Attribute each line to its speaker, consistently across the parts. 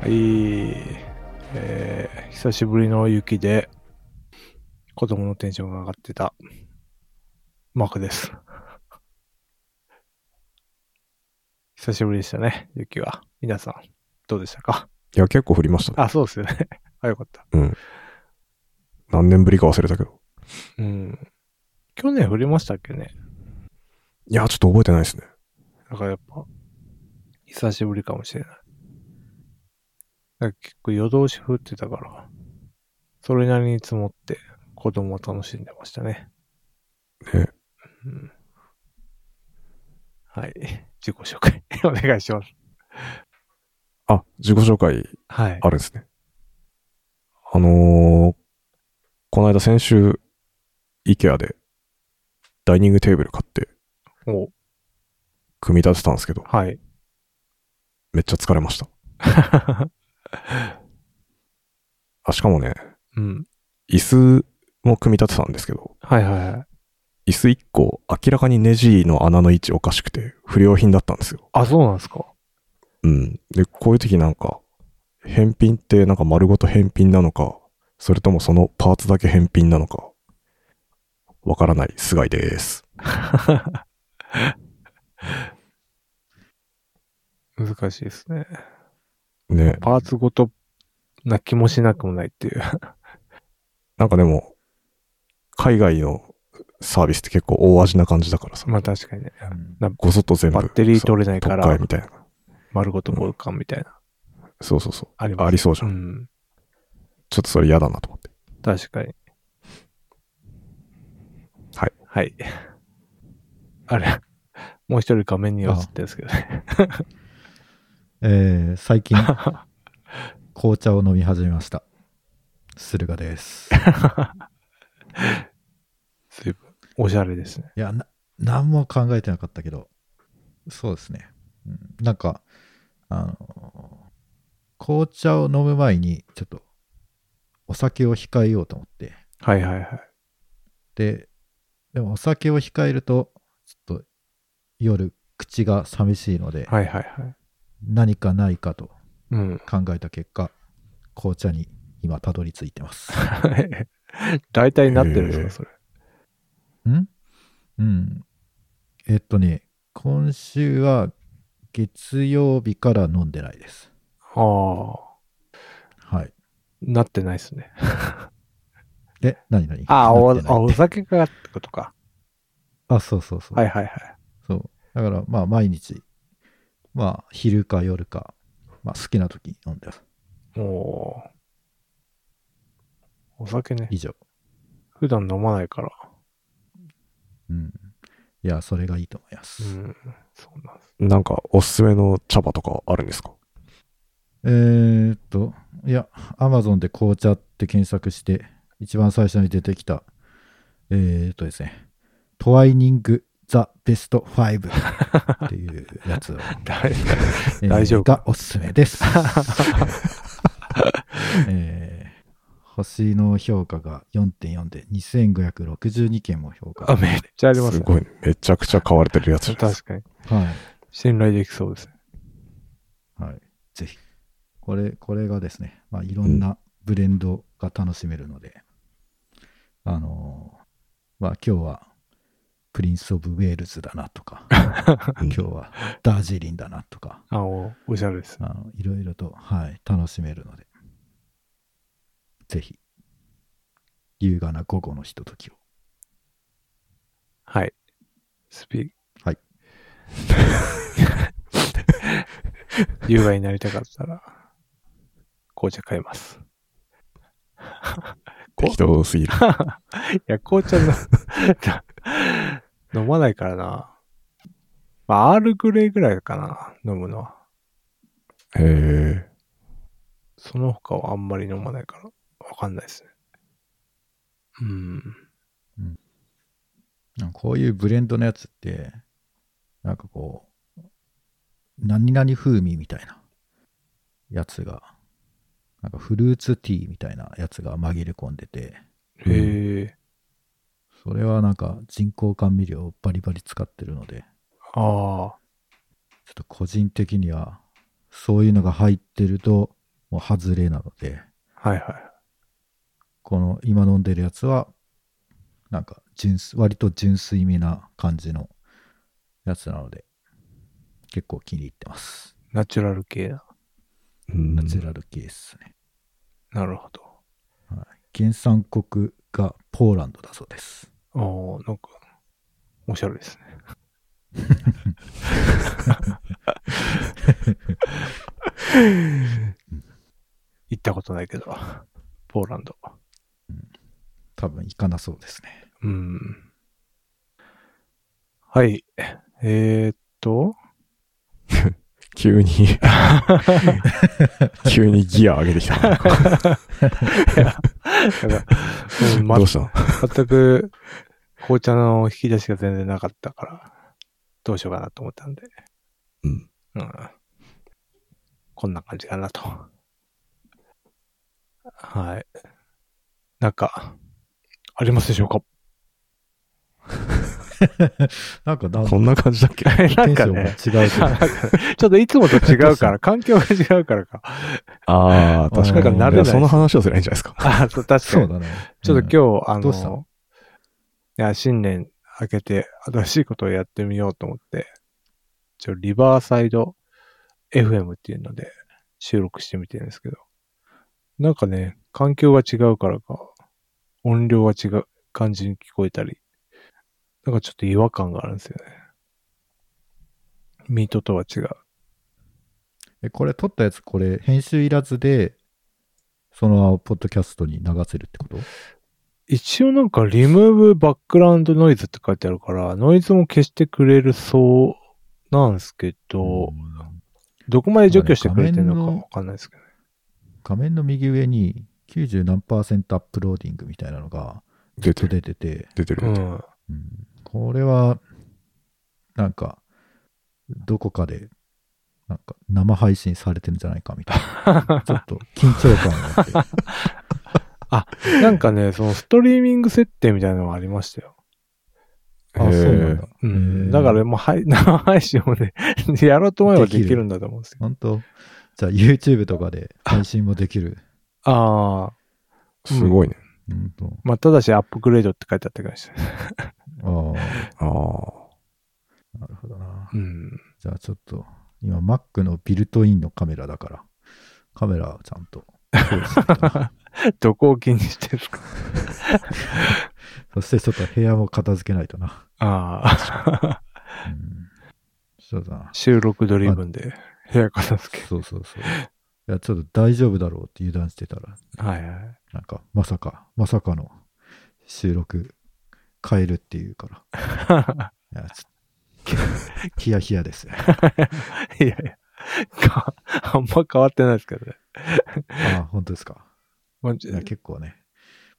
Speaker 1: はい、えー久しぶりの雪で子供のテンションが上がってたマークです。 久しぶりでしたね、雪は。皆さん、どうでしたか
Speaker 2: いや、結構降りましたね。
Speaker 1: あ、そうですよね。 あ、よかった。
Speaker 2: 何年ぶりか忘れたけど。
Speaker 1: うん。去年降りましたっけね
Speaker 2: いや、ちょっと覚えてないですね。
Speaker 1: だからやっぱ、久しぶりかもしれない。だから結構夜通し降ってたから、それなりに積もって子供は楽しんでましたね。
Speaker 2: ね
Speaker 1: うん。はい。自己紹介 お願いします。
Speaker 2: あ、自己紹介
Speaker 1: はい。
Speaker 2: あるんですね。あのー、この間先週、IKEA でダイニングテーブル買って
Speaker 1: お
Speaker 2: 組み立てたんですけど、
Speaker 1: はい。
Speaker 2: めっちゃ疲れました。あ、しかもね、
Speaker 1: うん。
Speaker 2: 椅子も組み立てたんですけど、
Speaker 1: はいはいはい。
Speaker 2: 椅子1個明らかにネジの穴の位置おかしくて不良品だったんですよ。
Speaker 1: あ、そうなんですか。
Speaker 2: うん。で、こういう時なんか、返品ってなんか丸ごと返品なのか、それともそのパーツだけ返品なのか、わからない菅井です。
Speaker 1: 難しいですね。
Speaker 2: ね。
Speaker 1: パーツごとな気もしなくもないっていう。
Speaker 2: なんかでも、海外のサービスって結構大味な感じだからさ、
Speaker 1: まあ確かにね。
Speaker 2: ごそっと全部。
Speaker 1: バッテリー取れないから
Speaker 2: そう特会みたいな。
Speaker 1: 丸ごと交換みたいな。
Speaker 2: そうそうそう。
Speaker 1: あります
Speaker 2: ありそうじゃ。
Speaker 1: うんん。
Speaker 2: ちょっとそれ嫌だなと思って。
Speaker 1: 確かに。
Speaker 2: はい。
Speaker 1: はい。 あれ、もう一人画面に映ってるんですけどね。
Speaker 3: えー最近、紅茶を飲み始めました。駿河です。
Speaker 1: 随分おしゃれですね。
Speaker 3: いや、な、何も考えてなかったけど、そうですね。うんなんか、あのー、紅茶を飲む前に、ちょっと、お酒を控えようと思って、
Speaker 1: はいはいはい。
Speaker 3: で、でもお酒を控えると、ちょっと、夜、口が寂しいので、
Speaker 1: はいはいはい。
Speaker 3: 何かないかと
Speaker 1: うん。
Speaker 3: 考えた結果、紅茶に今、たどり着いてます。
Speaker 1: 大体なってるんです
Speaker 2: へ
Speaker 1: か、
Speaker 2: え
Speaker 1: それ。
Speaker 3: んうん。えっとね、今週は月曜日から飲んでないです。
Speaker 1: ああ。
Speaker 3: はい。
Speaker 1: なってないですね。
Speaker 3: え、何何
Speaker 1: ああ、お
Speaker 3: なってな
Speaker 1: あ
Speaker 3: い
Speaker 1: お酒がってことか。
Speaker 3: あ、そうそうそう。
Speaker 1: はいはいはい。
Speaker 3: そうだから、まあ、毎日、まあ、昼か夜か、まあ、好きな時飲んでます。
Speaker 1: おーお酒ね。
Speaker 3: 以上。
Speaker 1: 普段飲まないから。
Speaker 3: うん。いや、それがいいと思います
Speaker 1: う。ん。そうなんです。
Speaker 2: なんか、おすすめの茶葉とかあるんですか
Speaker 3: えーっと、いや、アマゾンで紅茶って検索して、一番最初に出てきた、えーっとですね、トワイニング・ザ・ベスト5っていうやつを、
Speaker 1: 誰
Speaker 3: え ー
Speaker 1: 大丈夫
Speaker 3: がおすすめです。 えー星の評価が4.4で2562件も評価。
Speaker 1: あ、
Speaker 3: はい。
Speaker 1: めっちゃありますすね。
Speaker 2: ごいね。めちゃくちゃ買われてるやつじゃないです
Speaker 1: 確かに。信頼できそうですね。
Speaker 3: はい。ぜひ。これ、これがですね、まあ、いろんなブレンドが楽しめるので、あのーまあ、今日はプリンス・オブ・ウェールズだなとか、
Speaker 2: か。うん
Speaker 3: 今日はダージリンだなとか、
Speaker 1: あ、おおしゃれですね。
Speaker 3: あのいろいろと、はい、楽しめるので、ぜひ、優雅な午後のひとときを。
Speaker 1: はい。スピー。
Speaker 3: はい。
Speaker 1: 優雅になりたかったら、紅茶買います。
Speaker 2: 適当 すぎる。
Speaker 1: いや、紅茶の 飲まないからな。まあ、アールグレイぐらいかな、飲むのは。
Speaker 2: へえ。
Speaker 1: その他はあんまり飲まないから、わかんないですね。うん。
Speaker 3: なんかこういうブレンドのやつって、なんかこう、何々風味みたいなやつが、なんかフルーツティーみたいなやつが紛れ込んでて、
Speaker 1: へえ。
Speaker 3: それはなんか人工甘味料をバリバリ使ってるので、
Speaker 1: ああ。
Speaker 3: ちょっと個人的には、そういうのが入ってると、もう外れなので、
Speaker 1: はいはい。
Speaker 3: この今飲んでるやつは、なんか純粋、割と純粋味な感じのやつなので、結構気に入ってます。
Speaker 1: ナチュラル系な。
Speaker 2: うん
Speaker 3: ナチュラル系ですね。
Speaker 1: なるほど。
Speaker 3: 原産国がポーランドだそうです。
Speaker 1: ああ、なんか、おしゃれですね。行ったことないけど、ポーランド。
Speaker 3: 多分行かなそうですね。
Speaker 1: うん。はい。えー、っと、
Speaker 2: 急 に、急にギア上げてき たな。
Speaker 1: なんかうんま
Speaker 2: どうしたの
Speaker 1: 全く紅茶の引き出しが全然なかったから、どうしようかなと思ったんで。
Speaker 2: うん。
Speaker 1: うん。こんな感じかなと。はい。なんか、ありますでしょうか
Speaker 3: なんかなん
Speaker 2: こんな感じだっけ
Speaker 1: な
Speaker 3: テ
Speaker 1: ん
Speaker 3: ンシ
Speaker 1: か
Speaker 3: ョンが
Speaker 1: ね、
Speaker 3: 違 うけど、
Speaker 1: なんかねちょっといつもと違う から、環境が違うからか。
Speaker 2: ああ、確か
Speaker 3: なんか
Speaker 2: に。
Speaker 3: 慣れない
Speaker 2: いやその話をすればいいんじゃないですか。
Speaker 1: あ、そう確か
Speaker 3: そ
Speaker 1: に
Speaker 3: う。だね。
Speaker 1: ちょっと今日、あ
Speaker 3: どうした
Speaker 1: の、いや、新年明けて新しいことをやってみようと思って、ちょ、リバーサイド FM っていうので収録してみてるんですけど、なんかね、環境が違うからか、音量が違う感じに聞こえたり、なんかちょっと違和感があるんですよね。ミートとは違う。
Speaker 3: えこれ撮ったやつ、これ編集いらずで、そのままポッドキャストに流せるってこと
Speaker 1: 一応なんか、リムーブバックグラウンドノイズって書いてあるから、ノイズも消してくれるそうなんですけど、
Speaker 3: うん
Speaker 1: どこまで除去してくれてるのかわかんないですけどね。
Speaker 3: 画面の右上に90何パーセントアップローディングみたいなのが
Speaker 2: 出て
Speaker 3: 出
Speaker 2: る。
Speaker 3: てて、
Speaker 2: 出て
Speaker 1: う
Speaker 2: る。
Speaker 1: ん。
Speaker 3: うんこれは、なんか、どこかで、なんか生配信されてるんじゃないかみたいな。ちょっと緊張感があって。
Speaker 1: なんかね、そのストリーミング設定みたいなのがありましたよ。
Speaker 3: あ、そうなん
Speaker 2: へ
Speaker 3: だ。
Speaker 1: う
Speaker 3: へ
Speaker 1: ん。
Speaker 3: ー
Speaker 1: だからもうはい、 生配信をね、やろうと思えばできるんだと思うんですよ。
Speaker 3: 本当じゃあ YouTube とかで配信もできる。
Speaker 1: ああ、
Speaker 2: え。すごいね。
Speaker 3: 本当
Speaker 1: まあ、ただしアップグレードって書いてあったからした。
Speaker 2: あ
Speaker 3: あ
Speaker 2: あ。
Speaker 3: あ、なるほどな。
Speaker 1: うん。
Speaker 3: じゃあちょっと、今 Mac のビルトインのカメラだから、カメラちゃんと用意しないとな。
Speaker 1: どこを気にしてるんですか
Speaker 3: そしてちょっと部屋も片付けないとな。
Speaker 1: ああ、
Speaker 3: うん、そうだな。
Speaker 1: 収録ドリブンで部屋片付
Speaker 3: そうそうそう。いや、ちょっと大丈夫だろうって油断してたら、
Speaker 1: け。はいはい。
Speaker 3: なんか、まさか、まさかの収録変えるっていう から。いや、ちょっ と、ヒヤヒヤです。
Speaker 1: いやい や、かあんま変わってないですけどね。
Speaker 3: ああ、本当ですか。
Speaker 1: まあじ
Speaker 3: いや、結構ね、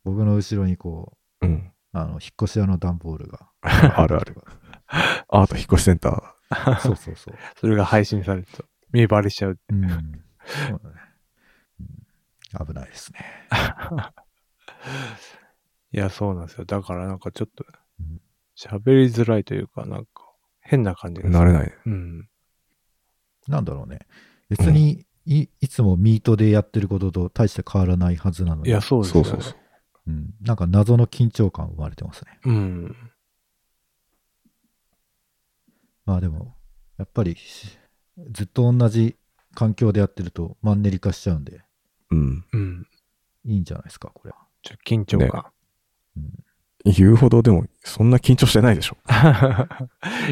Speaker 3: 僕の後ろにこ
Speaker 2: うん。
Speaker 3: う、あの、引っ越し屋の段ボールが。
Speaker 2: あるある。アート引っ越しセンター。
Speaker 3: そうそうそう。
Speaker 1: それが配信されると見バレしちゃう。
Speaker 3: うん。そうだねうん危ないですね。
Speaker 1: いや、そうなんですよ。だからなんかちょっと
Speaker 3: うん、
Speaker 1: 喋りづらいというか、なんか、変な感じです。
Speaker 2: 慣れないね。
Speaker 1: うん。
Speaker 3: なんだろうね。別に、いいつもミートでやってることと大して変わらないはずなの
Speaker 1: い
Speaker 3: に、
Speaker 1: や、そうです
Speaker 2: そ
Speaker 1: よ
Speaker 2: う
Speaker 1: ね。
Speaker 2: そうそう。
Speaker 3: うん、なんか謎の緊張感生まれてますね。
Speaker 1: うん。
Speaker 3: まあでも、やっぱりしずっと同じ環境でやってるとマンネリ化しちゃうんで、
Speaker 2: うん。
Speaker 1: うん。
Speaker 3: いいんじゃないですか、こ れは。
Speaker 1: ちょっと緊張感。
Speaker 2: 言うほどでも、そんな緊張してないでしょ。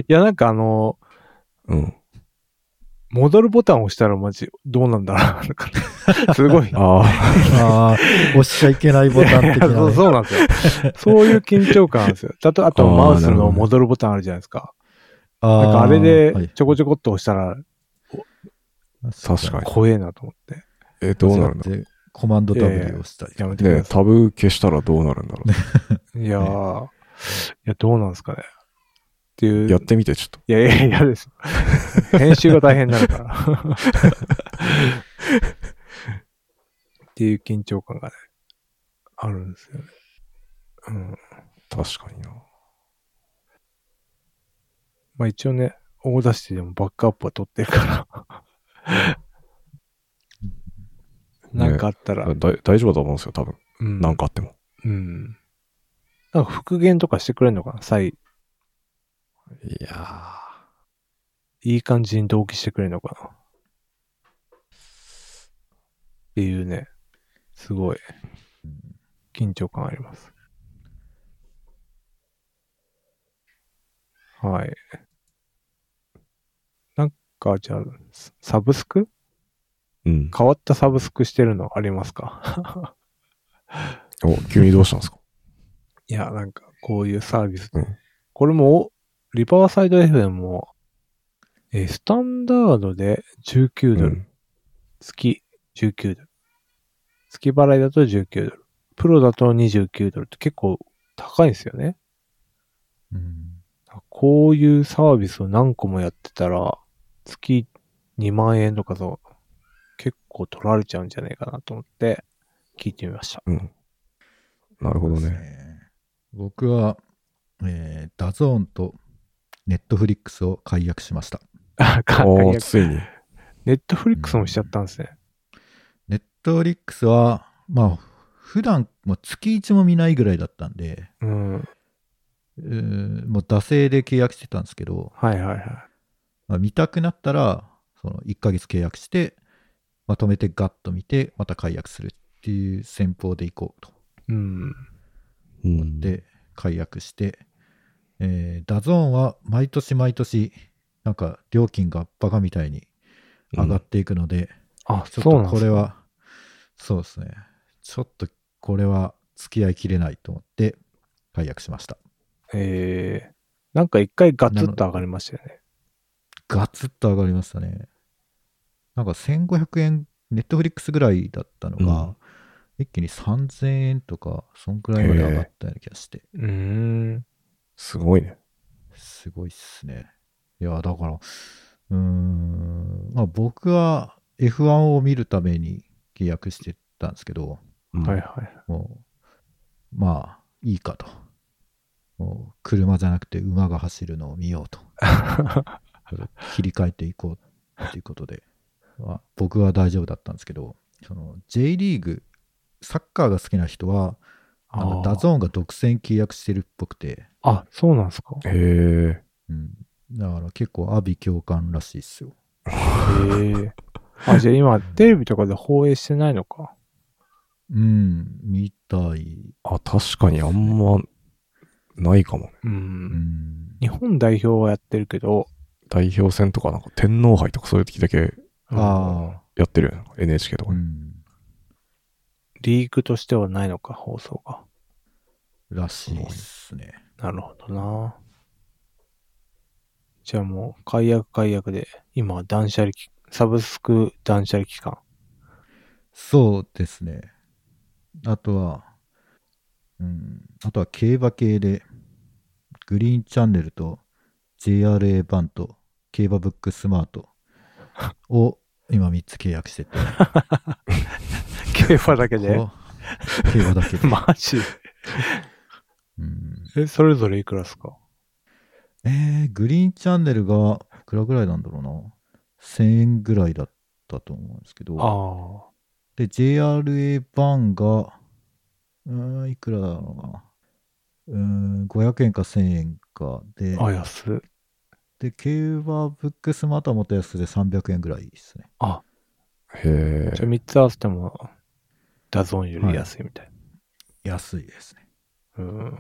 Speaker 1: いや、なんかあの、
Speaker 2: うん。
Speaker 1: 戻るボタンを押したらマジ、どうなんだろうなんか。すごい。
Speaker 2: あ
Speaker 3: ああ、押しちゃいけないボタン
Speaker 1: い
Speaker 3: 的
Speaker 1: や そう
Speaker 3: な、ね。
Speaker 1: そうなんですよ。そういう緊張感なんですよ。だと、あとマウス
Speaker 2: あーなるほ
Speaker 1: の
Speaker 2: どね
Speaker 1: 戻るボタンあるじゃないですか。
Speaker 3: あ
Speaker 1: なんかあれでちょこ
Speaker 3: ょ
Speaker 1: ちょこっと押したら
Speaker 2: あ。確かに。
Speaker 1: 怖えなと思って。
Speaker 2: えー、どうなるんだろ
Speaker 3: でコマンド W を押したり。
Speaker 1: やめて
Speaker 2: う。
Speaker 1: く
Speaker 2: ねえ
Speaker 1: ださ
Speaker 2: タブ消したらどうなるんだろ。
Speaker 1: い。いやー、いや、どうなんですかね。っていう う。
Speaker 2: やってみて、ちょっと。
Speaker 1: いやいやいやです。編集が大変になるから。っていう緊張感がね、あるんですよね。うん。
Speaker 2: 確かにな。
Speaker 1: まあ一応ね、大出してでもバックアップは取ってるから。なんかあったら、
Speaker 2: だ大丈夫だと思うんですよ、多分。
Speaker 1: うん。
Speaker 2: なんかあっても。
Speaker 1: うん。なんか復元とかしてくれるのかな再、
Speaker 2: いやー
Speaker 1: いい感じに同期してくれるのかなっていうね、すごい、緊張感あります。はい。なんか、じゃあ、ササブスク
Speaker 2: うん。
Speaker 1: 変わったサブスクしてるのありますか
Speaker 2: お、急にどうしたんですか
Speaker 1: いや、なんか、こういうサービス。
Speaker 2: うん
Speaker 1: これも、リバーサイド FM も、えースタンダードで19ドル、
Speaker 2: うん
Speaker 1: 月19ドル。月払いだと19ドル。プロだと29ドルって結構高いんですよね。
Speaker 3: うん
Speaker 1: こういうサービスを何個もやってたら、月2万円とかそう、結構取られちゃうんじゃないかなと思って、聞いてみました。
Speaker 2: うん。なるほど
Speaker 3: そうで
Speaker 2: ね。
Speaker 3: すね僕は、えー、ダゾーンとネットフリックスを解約しました。
Speaker 1: あ、か
Speaker 2: おー、ついに。
Speaker 1: ネットフリックスもしちゃったんですね。
Speaker 3: ネットフリックスは、まあ、普段もう月1も見ないぐらいだったんで、
Speaker 1: うん。
Speaker 3: うーもう惰性で契約してたんですけど、
Speaker 1: はいはいはい。
Speaker 3: まあ、見たくなったら、その1ヶ月契約して、まとめてガッと見て、また解約するっていう戦法でいこうと。
Speaker 1: うん。
Speaker 2: うん、
Speaker 3: で、解約して、えーダゾーンは毎年毎年、なんか料金がバカみたいに上がっていくので、
Speaker 1: あ、
Speaker 3: ち
Speaker 1: そ
Speaker 3: ょっ
Speaker 1: う
Speaker 3: と
Speaker 1: なん
Speaker 3: こ
Speaker 1: す
Speaker 3: れは、そうですね。ちょっとこれは付き合いきれないと思って解約しました。
Speaker 1: えー、なんか一回ガツッと上がりましたよね。
Speaker 3: ガツッと上がりましたね。なんか1500円、ネットフリックスぐらいだったのが、
Speaker 2: うん
Speaker 3: 一気に3000円とか、そんくらいまで上がったような気がして、
Speaker 1: うーん。
Speaker 2: すごいね。
Speaker 3: すごいっすね。いや、だから、うーん、まあ僕は F1 を見るために契約してたんですけど、
Speaker 2: うん
Speaker 1: はいはい。
Speaker 3: もう、まあ、いいかと。もう、車じゃなくて馬が走るのを見ようと。切り替えていこうということで、まあ、僕は大丈夫だったんですけど、その J リーグ、サッカーが好きな人は、なんかダゾーンが独占契約してるっぽくて、
Speaker 1: あーあ、そうなんですか。
Speaker 2: へえ。
Speaker 3: うん、だから結構、阿鼻共感らしいっすよ。
Speaker 1: えー。あ、じゃあ今、テレビとかで放映してないのか。
Speaker 3: うん、みたい。
Speaker 2: あ、確かにあんまないかもね。
Speaker 1: う。
Speaker 3: うんん、
Speaker 1: 日本代表はやってるけど、
Speaker 2: 代表戦とか、なんか天皇杯とかそういう時だけ
Speaker 3: あ
Speaker 2: やってるよね。NHK と
Speaker 3: あ、
Speaker 2: か
Speaker 3: う
Speaker 2: ね。
Speaker 3: ん、
Speaker 1: リーグとしてはないのか、放送が。
Speaker 3: らしいっすね。
Speaker 1: なるほどな。じゃあもう、解約解約で、今は断捨離期、サブスク断捨離期 間。
Speaker 3: そうですね。あとは、うん、あとは競馬系で、グリーンチャンネルと JRA バンと競馬ブックスマートを今3つ契約してて、
Speaker 1: 競馬だけで。
Speaker 3: こう競馬だ けで、
Speaker 1: マジ
Speaker 3: うん
Speaker 1: え、それぞれいくらですか
Speaker 3: えー、グリーンチャンネルがいくらぐらいなんだろうな。1000円ぐらいだったと思うんですけど、
Speaker 1: ああ。
Speaker 3: で、JRA 版が、うーん、いくらだろうな。うーん、500円か1000円かで、
Speaker 1: あ、安っ。
Speaker 3: で、競馬ブックスまたはもっと安くて300円ぐらいですね。
Speaker 2: へ
Speaker 1: じゃ
Speaker 2: え
Speaker 1: あ。3つ合わせても、ダゾーンより安いみたい。
Speaker 3: 安いですね。
Speaker 1: うーん。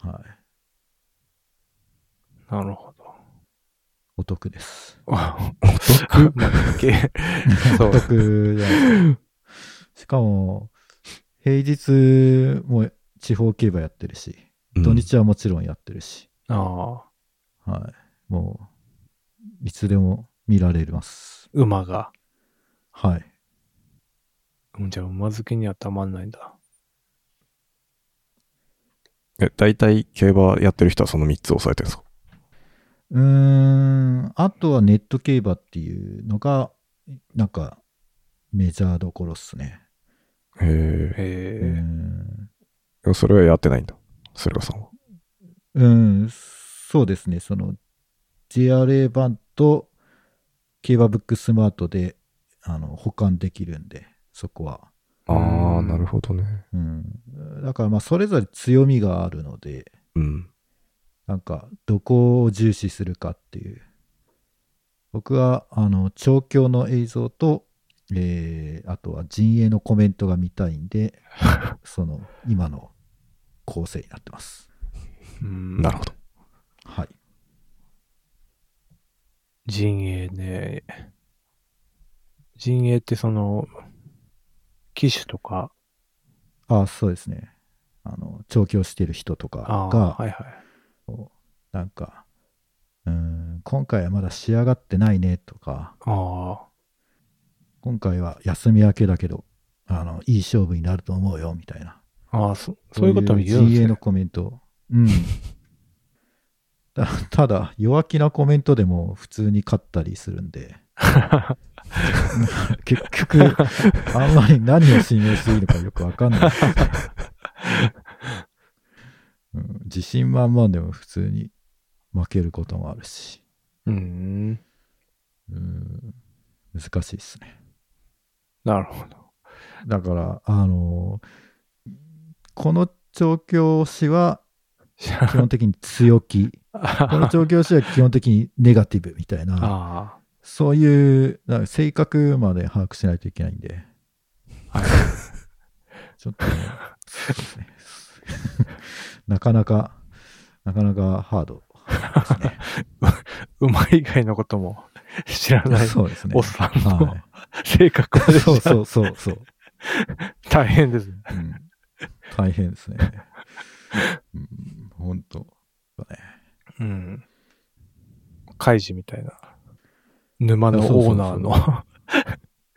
Speaker 3: はい。
Speaker 1: なるほど。
Speaker 3: お得です。
Speaker 1: まあけ そ
Speaker 3: お
Speaker 1: う。
Speaker 3: 得じゃない ですか。しかも、平日も地方競馬やってるし、
Speaker 2: うん
Speaker 3: 土日はもちろんやってるし、
Speaker 1: ああ、
Speaker 3: はい。もう、いつでも見られます。
Speaker 1: 馬が。
Speaker 3: はい。
Speaker 1: うんじゃあ、馬好きにはたまんないんだ。
Speaker 2: え、大体競馬やってる人はその3つ押さえてるんですか
Speaker 3: うーん、あとはネット競馬っていうのが、なんか、メジャーどころっすね。
Speaker 2: へえ。
Speaker 1: へ
Speaker 3: うー
Speaker 1: え。
Speaker 3: ん
Speaker 2: でもそれはやってないんだ。駿河さんは。
Speaker 3: うん、そうですね、その、JRA 版と競馬ブックスマートで、あの、保管できるんで、そこは。
Speaker 2: ああ、
Speaker 1: うん
Speaker 2: なるほどね。
Speaker 3: うん、だからまあそれぞれ強みがあるので
Speaker 2: うん。
Speaker 3: なんかどこを重視するかっていう僕はあの調教の映像と、えーあとは陣営のコメントが見たいんで その今の構成になってます
Speaker 1: うん
Speaker 2: なるほど。
Speaker 3: はい
Speaker 1: 陣営ね。陣営ってその、機種とか、
Speaker 3: あそうですねあの調教してる人とか
Speaker 1: あ
Speaker 3: が
Speaker 1: あ、はいはい。
Speaker 3: なんかうーん今回はまだ仕上がってないねとか
Speaker 1: あ
Speaker 3: 今回は休み明けだけどあのいい勝負になると思うよみたいな
Speaker 1: あ、ああそ、そういうことも言うんです
Speaker 3: GA の
Speaker 1: ね。
Speaker 3: コメント。 うん。たただ、弱気なコメントでも普通に勝ったりするん で、結局、あんまり何を信用していいのかよくわかんない、 うん。自信満々でも普通に負けることもあるし、
Speaker 1: うん。
Speaker 3: うん、難しいですね。
Speaker 1: なるほど。
Speaker 3: だから、あのこの調教師は基本的に強気。 この調教師は基本的にネガティブみたいな、
Speaker 1: あ
Speaker 3: そういう、なんか性格まで把握しないといけないんで、
Speaker 1: あ、はい。
Speaker 3: ちょっとね、そうですね なかなか、なかなかハードです
Speaker 1: うまい以外のことも知ら
Speaker 3: ね。
Speaker 1: ない
Speaker 3: そうですね。
Speaker 1: おっさんの
Speaker 3: は
Speaker 1: 性格ま
Speaker 3: い、
Speaker 1: で
Speaker 3: そう
Speaker 1: 知ら
Speaker 3: そ
Speaker 1: な
Speaker 3: うそうそう。
Speaker 1: 大変ですね。
Speaker 3: うん大変ですね。うん、本当。
Speaker 1: うん。カイジみたいな。沼のオーナーの。
Speaker 3: そう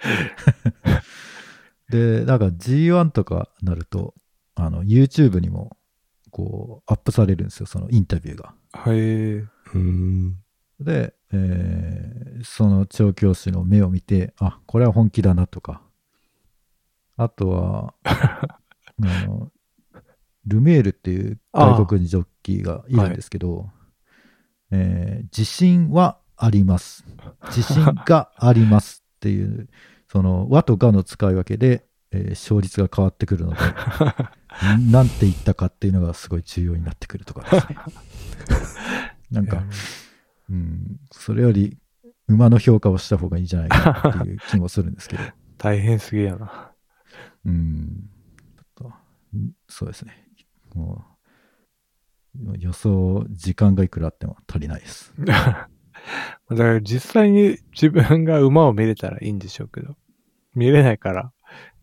Speaker 3: そで、なんか G1 とかなると、あの、YouTube にも、こう、アップされるんですよ、そのインタビューが。
Speaker 1: へえ。
Speaker 2: うーん。
Speaker 3: で、えーその調教師の目を見て、あ、これは本気だなとか、あとは、あの、ルメールっていう外国人ジョッキーがいるんですけど、えー自信はあります。自信がありますっていう、その和とがの使い分けで、えー勝率が変わってくるので、なんて言ったかっていうのがすごい重要になってくるとかですね。なんか、うん、それより馬の評価をした方がいいんじゃないかっていう気もするんですけど、
Speaker 1: 大変すぎやな。
Speaker 3: うん、ちょっとうんそうですね。もうもう予想、時間がいくらあっても足りないです。
Speaker 1: だから実際に自分が馬を見れたらいいんでしょうけど、見れないから、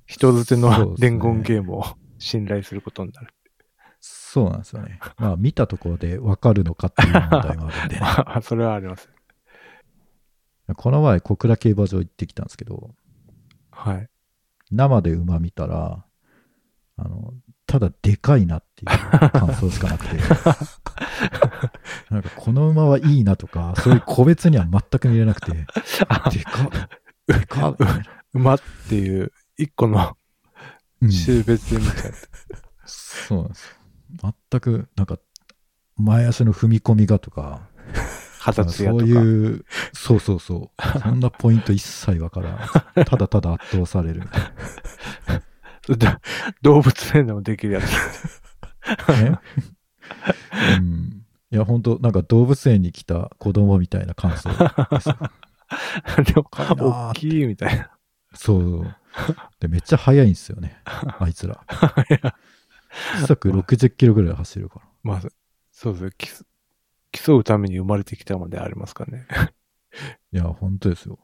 Speaker 1: 人づて
Speaker 3: そう
Speaker 1: の
Speaker 3: ですね
Speaker 1: 伝言ゲームを信頼することになる。
Speaker 3: そうなんですよね。まあ、見たところで分かるのかっていう問題もあるん で、
Speaker 1: まあ、それはあります。
Speaker 3: この前、小倉競馬場行ってきたんですけど、
Speaker 1: はい。
Speaker 3: 生で馬見たら、あの、ただでかいなっていう感想しかなくて。なんかこの馬はいいなとか、そういう個別には全く見れなくて。でかっでかっみたいな
Speaker 1: 馬っていう一個の
Speaker 3: うん
Speaker 1: 種別み たいな。
Speaker 3: そうなんですよ。全く、なんか、前足の踏み込みがとか、
Speaker 1: 形やと
Speaker 3: そう
Speaker 1: か。
Speaker 3: いう、そうそうそう。そんなポイント一切わからん。ただただ圧倒されるみたい
Speaker 1: だ 動物園でもできるやつ。
Speaker 3: なね。うん。いや、本当なんか動物園に来た子供みたいな感想ですよ。
Speaker 1: でも、
Speaker 3: かいなーって
Speaker 1: 大きいみたいな。
Speaker 3: そう。で、めっちゃ速いんですよね。あい つら。時速60キロぐらい走るから。
Speaker 1: まあ、そうですねきす。競うために生まれてきたまでありますかね。
Speaker 3: いや、本当ですよ。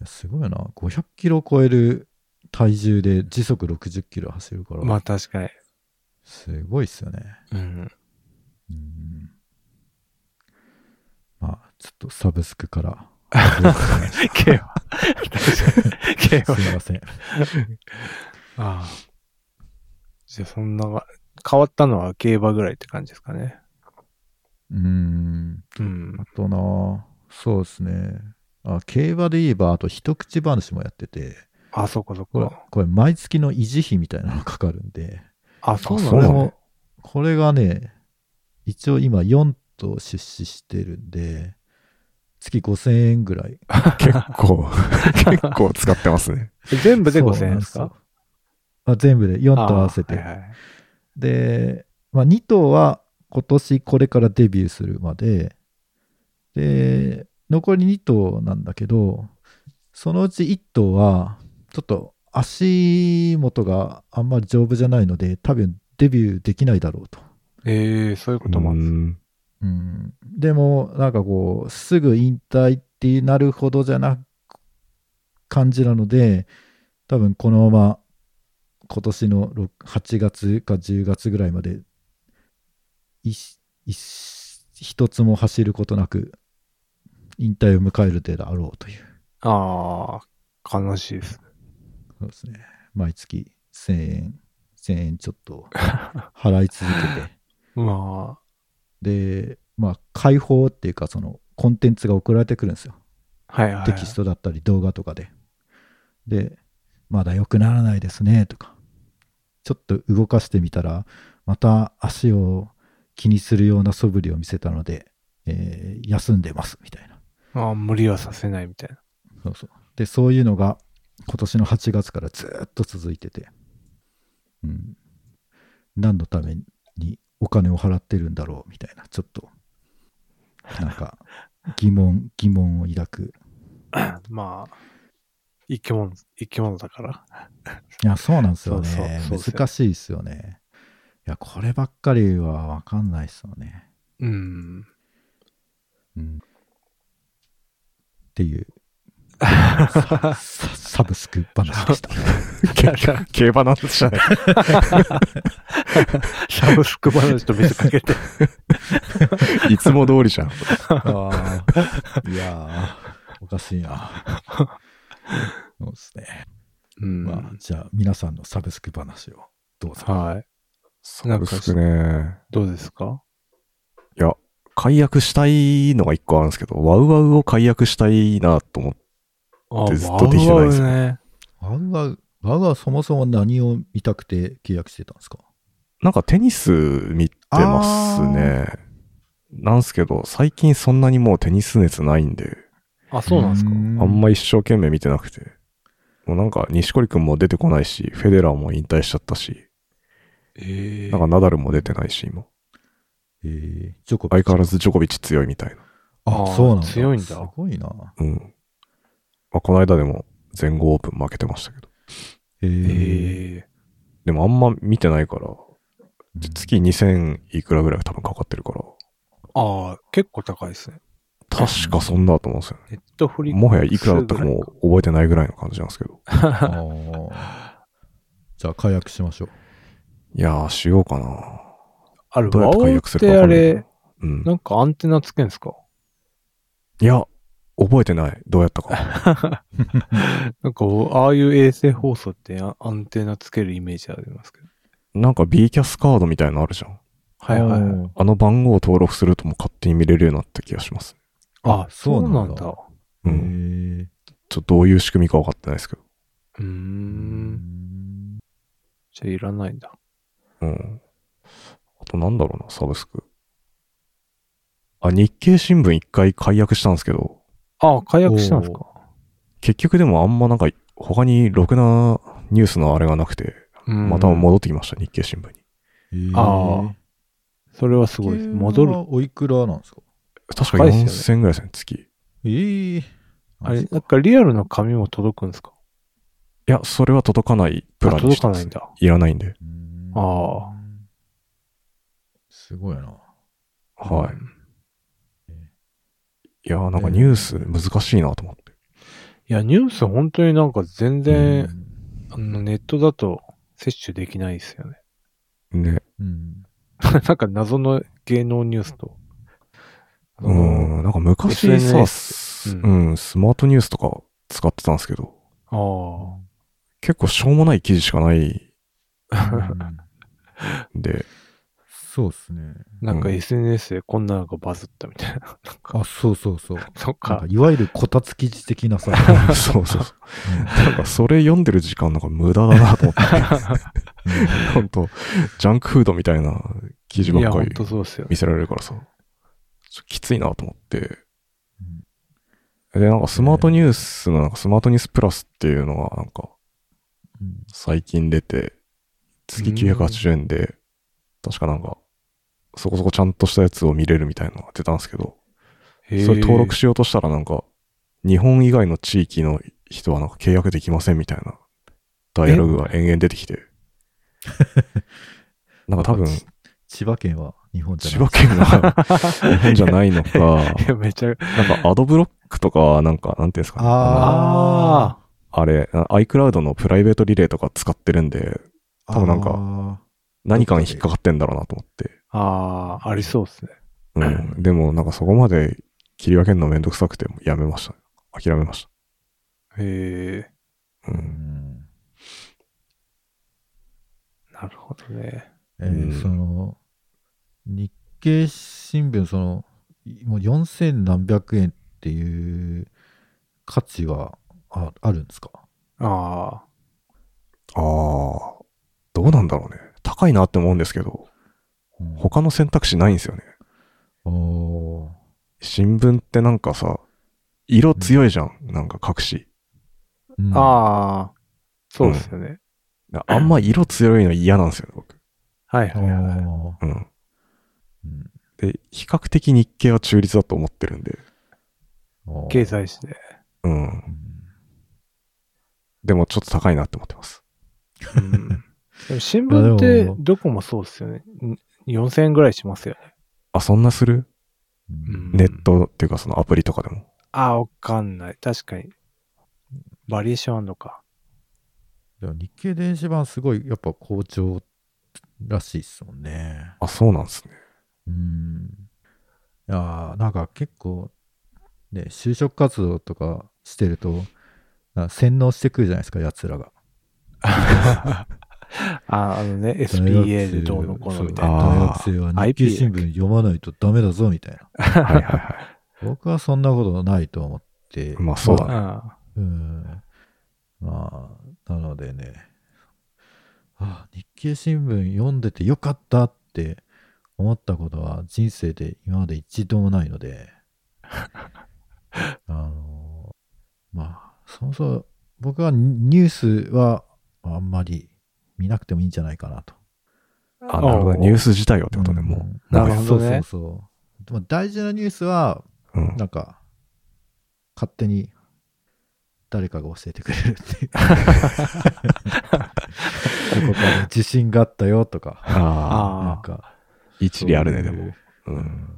Speaker 3: いやすごいな。500キロ超える体重で時速60キロ走るから。
Speaker 1: まあ確かに。
Speaker 3: すごいっすよね。
Speaker 1: うん。
Speaker 3: うん。まあ、ちょっとサブスクから。
Speaker 1: 競馬。確かに。競馬。
Speaker 3: すいません。
Speaker 1: ああ。じゃあそんなが、変わったのは競馬ぐらいって感じですかね。
Speaker 3: うん。
Speaker 1: うん
Speaker 3: あ。とな、そうですね。あ競馬で言えば、あと一口話もやってて、
Speaker 1: あ、そこそ
Speaker 3: これ
Speaker 1: こ。、
Speaker 3: これ毎月の維持費みたいなのかかるんで、
Speaker 1: あ、そうな
Speaker 2: そ
Speaker 1: の
Speaker 2: うな
Speaker 3: れ
Speaker 2: の
Speaker 3: も、これがね、一応今4と出資してるんで、月5000円ぐらい
Speaker 2: 結構、結構使ってますね。
Speaker 1: 全部で
Speaker 3: そう
Speaker 1: 5000
Speaker 3: な
Speaker 1: 円
Speaker 3: ん
Speaker 1: ですか
Speaker 3: あ全部で4頭合わせて。
Speaker 1: あーはいはい
Speaker 3: で、まあ、2頭は今年これからデビューするまで、で、残り2頭なんだけど、そのうち1頭は、ちょっと足元があんまり丈夫じゃないので、多分デビューできないだろうと。
Speaker 1: ええそういうこともあるんです
Speaker 3: うん、でも、なんかこう、すぐ引退ってなるほどじゃな感じなので、多分このまま今年の6 8月か10月ぐらいまで、いしいし一つも走ることなく、引退を迎えるであろうという、
Speaker 1: ああ、悲しいです ね。
Speaker 3: そうですね、毎月1000円、1000円ちょっと払い続けて。
Speaker 1: ま
Speaker 3: で、まあ、解放っていうか、その、コンテンツが送られてくるんですよ。
Speaker 1: あ、はいはいはい。
Speaker 3: テキストだったり動画とかで。で、まだ良くならないですねとか、ちょっと動かしてみたら、また足を気にするような素振りを見せたので、えー休んでますみたいな。
Speaker 1: ああ、無理はさせないみたいな。
Speaker 3: そうそう。で、そういうのが今年の8月からずーっと続いてて、うん。何のためにお金を払ってるんだろうみたいな、ちょっと、なんか、疑問、疑問を抱く。
Speaker 1: まあ、生き物、生き物だから。
Speaker 3: いや、そうなんですよね。
Speaker 1: そうそうそうそう
Speaker 3: 難しいですよね。いや、こればっかりは分かんないですよね。
Speaker 1: うん。
Speaker 3: うん、って いうサササブスク話でした。
Speaker 2: 競馬なんじゃない
Speaker 1: サブスク話と見せかけて。
Speaker 2: いつも通りじゃん。
Speaker 3: あ ーいやー、おかしいな。そうですね。
Speaker 1: うん。
Speaker 3: まあ、じゃあ、皆さんのサブスク話をどうぞ。
Speaker 1: はい。
Speaker 2: そうですね。
Speaker 1: どうですか
Speaker 2: いや、解約したいのが一個あるんですけど、ワウワウを解約したいなと思って、
Speaker 1: あ
Speaker 2: でずっとできてないですね
Speaker 1: ワウワウね。
Speaker 3: ワウワウ、ワウワウそもそも何を見たくて契約してたんですか
Speaker 2: なんかテニス見てますね。なんすけど、最近そんなにもうテニス熱ないんで、
Speaker 1: あ、そうなんですか
Speaker 2: あんま一生懸命見てなくて。もうなんか、錦織くんも出てこないし、フェデラーも引退しちゃったし、
Speaker 1: ええ
Speaker 2: なんかナダルも出てないし、今。
Speaker 3: えー、ジョコビッ
Speaker 2: 相
Speaker 3: チ
Speaker 2: 変わらずジョコビッチ強いみたいな。
Speaker 3: あ
Speaker 1: あー
Speaker 3: そうなんだ。
Speaker 1: 強いんだ
Speaker 3: すごいな。
Speaker 2: うん。まあ、この間でも全豪オープン負けてましたけど。
Speaker 3: え
Speaker 1: え
Speaker 3: ー
Speaker 1: え
Speaker 2: でもあんま見てないから、
Speaker 3: うん
Speaker 2: 月2000いくらぐらいが多分かかってるから、
Speaker 1: ああ、結構高いですね。
Speaker 2: 確かそんなだと思うんですよね。
Speaker 1: ネットフリックス
Speaker 2: もはやいくらだったかもう覚えてないぐらいの感じなんですけど。
Speaker 3: あー じゃあ解約しましょう。
Speaker 2: いやー、しようかな。
Speaker 1: あれ、
Speaker 2: どうや
Speaker 1: ワ
Speaker 2: って解
Speaker 1: オっ
Speaker 2: 約するか
Speaker 1: て
Speaker 2: 分
Speaker 1: あ
Speaker 2: かんないな
Speaker 1: れ、。
Speaker 2: うん。
Speaker 1: なんかアンテナつけんすか
Speaker 2: いや、覚えてない。どうやった か。
Speaker 1: なんか、ああいう衛星放送ってアアンテナつけるイメージありますけど。
Speaker 2: なんか B キャスカードみたいのあるじゃん。
Speaker 1: はいはいはい。
Speaker 2: あの番号を登録するともう勝手に見れるようになった気がします。
Speaker 1: あ、
Speaker 3: そ
Speaker 1: そうう
Speaker 3: な
Speaker 1: なんん
Speaker 3: だ
Speaker 1: だ。
Speaker 3: お
Speaker 2: う
Speaker 3: ー
Speaker 2: ん。
Speaker 3: へー
Speaker 2: ちょっとどういう仕組みか分かってないですけど。
Speaker 1: うー。
Speaker 3: うんん
Speaker 1: じゃあいらないんだ。
Speaker 2: うん。あとなんだろうな、サブスク。あ、日経新聞一回解約したんですけど、
Speaker 1: あ、解約したんですか
Speaker 2: 結局でもあんまなんか他にろくなニュースのあれがなくて、また
Speaker 1: も
Speaker 2: 戻ってきました、日経新聞に。
Speaker 3: へー
Speaker 1: あそれはすごいです。戻
Speaker 3: 時
Speaker 1: る。
Speaker 3: 計はおいくらなんですか
Speaker 2: 確か
Speaker 1: 高いっすよね
Speaker 2: 4000ぐらいですね、月。い
Speaker 3: ええ。
Speaker 1: あれ、なんかリアルの紙も届くんですか
Speaker 2: や、それは届かないプランにしてま
Speaker 1: あ届かな
Speaker 2: す、
Speaker 1: いんだ
Speaker 2: いらないんで。
Speaker 3: うん
Speaker 1: あ。
Speaker 3: すごいな。
Speaker 2: はいい。いやーなんかニュース難しいなと思って。
Speaker 1: いや、ニュース本当になんか全
Speaker 3: う
Speaker 1: 然、
Speaker 3: ん
Speaker 1: あのネットだと摂取できないですよね。
Speaker 2: ね。
Speaker 3: うん
Speaker 1: なんか謎の芸能ニュースと。あ
Speaker 2: う
Speaker 1: の
Speaker 2: ん、なんか昔さ、
Speaker 1: SNS
Speaker 2: す
Speaker 1: う
Speaker 2: うんん、スマートニュースとか使ってたんですけど、
Speaker 1: あ
Speaker 2: 結構しょうもない記事しかない
Speaker 3: うん
Speaker 2: んで、
Speaker 3: そうっすね。
Speaker 1: あ、 なんか
Speaker 2: うん
Speaker 1: SNS でこんなのがバズったみたいな。 なんか、
Speaker 3: あ、そうそうそう。
Speaker 1: と
Speaker 3: な
Speaker 1: か
Speaker 3: んか、いわゆるこたつ記事的な さ。
Speaker 2: そうそうそう。なんかそれ読んでる時間なんか無駄だなと思って。本当ジャンクフードみたいな記事
Speaker 1: い
Speaker 2: ば
Speaker 1: や、
Speaker 2: っか
Speaker 1: 本
Speaker 2: り
Speaker 1: 当そうですよね。
Speaker 2: 見せられるからさ、ちょっときついなと思って、で、なんかスマートニュースの、なんかスマートニュースプラスっていうのが、なんか
Speaker 3: うん
Speaker 2: 最近出て、月980円で、確かなんか、そこそこちゃんとしたやつを見れるみたいなのが出たんですけど、
Speaker 1: へー
Speaker 2: それ登録しようとしたらなんか、日本以外の地域の人はなんか契約できませんみたいなダイアログが延々出てき て。なんか多分、
Speaker 3: ち千葉県は日本じゃ
Speaker 2: 千
Speaker 3: ない
Speaker 2: 葉県が日本じゃないのか、
Speaker 1: いや、めちゃ、
Speaker 2: なんかアドブロックとか、なんか、なんていうんですかね。あ
Speaker 3: あ
Speaker 1: あ
Speaker 2: のあれ、あ iCloud のプライベートリレーとか使ってるんで、
Speaker 3: あ
Speaker 2: 多分なんか
Speaker 3: か
Speaker 2: 何かに引っかかってんだろうなと思って。
Speaker 1: あ、ああ、ありそうですね。
Speaker 2: うん。でも、なんかそこまで切り分けるのめんどくさくて、もうやめました。諦めまし
Speaker 1: へえ、
Speaker 2: た。うん。
Speaker 1: なるほどね。
Speaker 3: えー
Speaker 2: うん
Speaker 3: その日経新聞そのいもう4000何百円っていう価値はああるんですか
Speaker 1: ああ、
Speaker 2: ああ、どうなんだろうね。高いなって思うんですけど、
Speaker 3: うん
Speaker 2: 他の選択肢ないんですよね。
Speaker 3: おー
Speaker 2: 新聞ってなんかさ、色強いじゃん。なんか隠し。
Speaker 3: うん
Speaker 1: ああ、そうですよね。
Speaker 2: あんま色強いの嫌なんですよね、僕。
Speaker 1: はい
Speaker 3: あ
Speaker 1: はいはい。
Speaker 2: う
Speaker 3: ー
Speaker 2: ん。
Speaker 3: うん
Speaker 2: で、比較的日経は中立だと思ってるんで。
Speaker 3: おー
Speaker 1: 経済誌で。
Speaker 2: うん。
Speaker 3: うん
Speaker 2: でもちょっと高いなって思ってます。
Speaker 1: うんでも新聞っ
Speaker 3: いや
Speaker 1: て
Speaker 3: でも
Speaker 1: どこもそうですよね。ん4000円ぐらいしますよね。
Speaker 2: あ、そんなする
Speaker 1: うん
Speaker 2: ネットっていうかそのアプリとかでも。
Speaker 1: ああ、わかんない。確かに。バリエーションあんのか。
Speaker 3: でも日経電子版すごいやっぱ好調らしいですもんね。
Speaker 2: あ、そうなんですね。
Speaker 3: うん。いやーなんか結構、ね、就職活動とかしてると、なんか洗脳してくるじゃないですか、奴らが。
Speaker 1: ああのね、
Speaker 3: 大学生
Speaker 1: SPA でどうのこうのみたい
Speaker 2: な
Speaker 3: そう大
Speaker 2: あー
Speaker 3: 学生は日経新聞読まないとダメだぞみたい な。
Speaker 2: はいはいは
Speaker 3: 僕はそんなことないと思って。
Speaker 2: まあそうだ
Speaker 1: な。あ
Speaker 3: うん。まあ、なのでね、あ日経新聞読んでてよかったって思ったことは人生で今まで一度もないので、 あの、まあ、そもそも僕はニュースはあんまり見なくてもいいんじゃないかなと。
Speaker 1: あ
Speaker 2: い。あ、なるほど。ニュース自体をってことで
Speaker 3: うん
Speaker 2: もう。
Speaker 1: なるほどね
Speaker 3: そうそうそう。まあ大事なニュースは、
Speaker 2: うん。
Speaker 3: なんか、勝手に誰かが教えてくれるっていう。どこかで地震があったよとか、
Speaker 2: ああ、
Speaker 1: あ
Speaker 3: なん
Speaker 1: あ
Speaker 3: か。
Speaker 2: 一理あるね、で
Speaker 3: そういう
Speaker 2: も。。うん。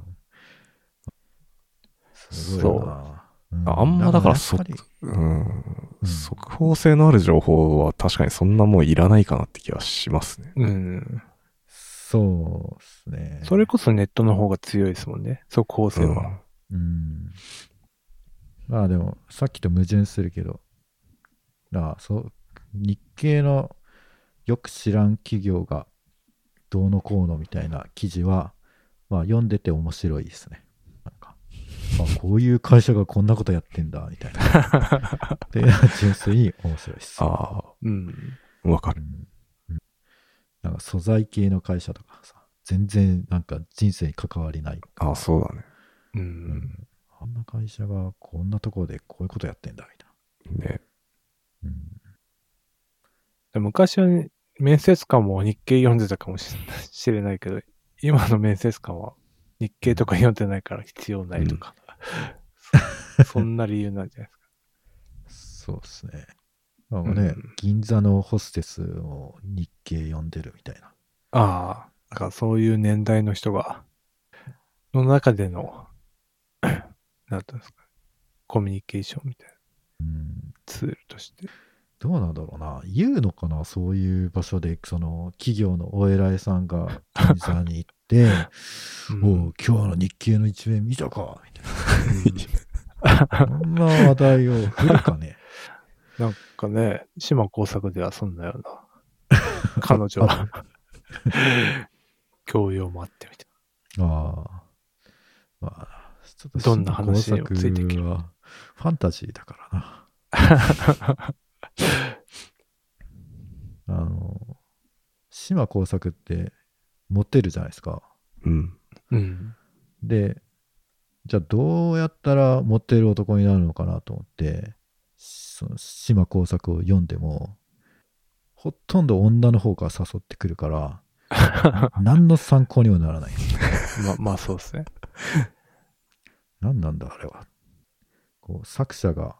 Speaker 3: すごいな。う
Speaker 2: ああんまだからそ
Speaker 3: なんやっぱ
Speaker 2: うん。
Speaker 3: り
Speaker 2: 速報性のある情報は確かにそんなもういらないかなって気はしますね。
Speaker 1: うん。
Speaker 3: そうですね。
Speaker 1: それこそネットの方が強いですもんね。速報性
Speaker 2: う
Speaker 1: は。
Speaker 2: ん。
Speaker 3: うん。まあでも、さっきと矛盾するけど、あそう、日系のよく知らん企業がどうのこうのみたいな記事は、まあ読んでて面白いですね。なんか、あこういう会社がこんなことやってんだ、みたいな。 っていうのは純粋に面白いです。
Speaker 2: あ
Speaker 1: うん。
Speaker 2: あ、わか
Speaker 3: う
Speaker 2: る。
Speaker 3: んうんなんか素材系の会社とかさ、全然なんか人生に関わりない。
Speaker 2: ああ、そうだね。
Speaker 1: う。
Speaker 3: うんんあんな会社がこんなところでこういうことやってんだみたい
Speaker 2: ね。
Speaker 3: な。
Speaker 1: で昔はね面接官も日経読んでたかもししれないけど、今の面接官は日経とか読んでないから必要ないとか。そ そんな理由なんじゃないですか。
Speaker 3: そうですね。なんかね、
Speaker 1: うん
Speaker 3: 銀座のホステスを日経読んでるみたいな。
Speaker 1: ああ。だからそういう年代の人が、の中での、 なんていうんですか。コミュニケーションみたいな
Speaker 3: うん、
Speaker 1: ツールとして。
Speaker 3: どうなんだろうな。言うのかなそういう場所で、その企業のお偉いさんが銀座に行って、
Speaker 1: うん
Speaker 3: おう今日の日経の一面見たかみたいな。そんな話題を振るかね。
Speaker 1: なんかね、島工作ではそんなような、彼女は、教養もあってみたい
Speaker 3: ああ。まあ、ちょっと
Speaker 1: どんな話をついてくる
Speaker 3: 新工作はファンタジーだからな。 あの、島工作ってモテるじゃないですか。
Speaker 2: うん。
Speaker 1: な。うん。
Speaker 3: で、じゃあどうやったらモテる男になるのかなと思って、その島耕作を読んでも、ほとんど女の方から誘ってく るから、何の参考にもならない。
Speaker 1: ま、まあそうですね。
Speaker 3: 何なんだあれは。こう作者が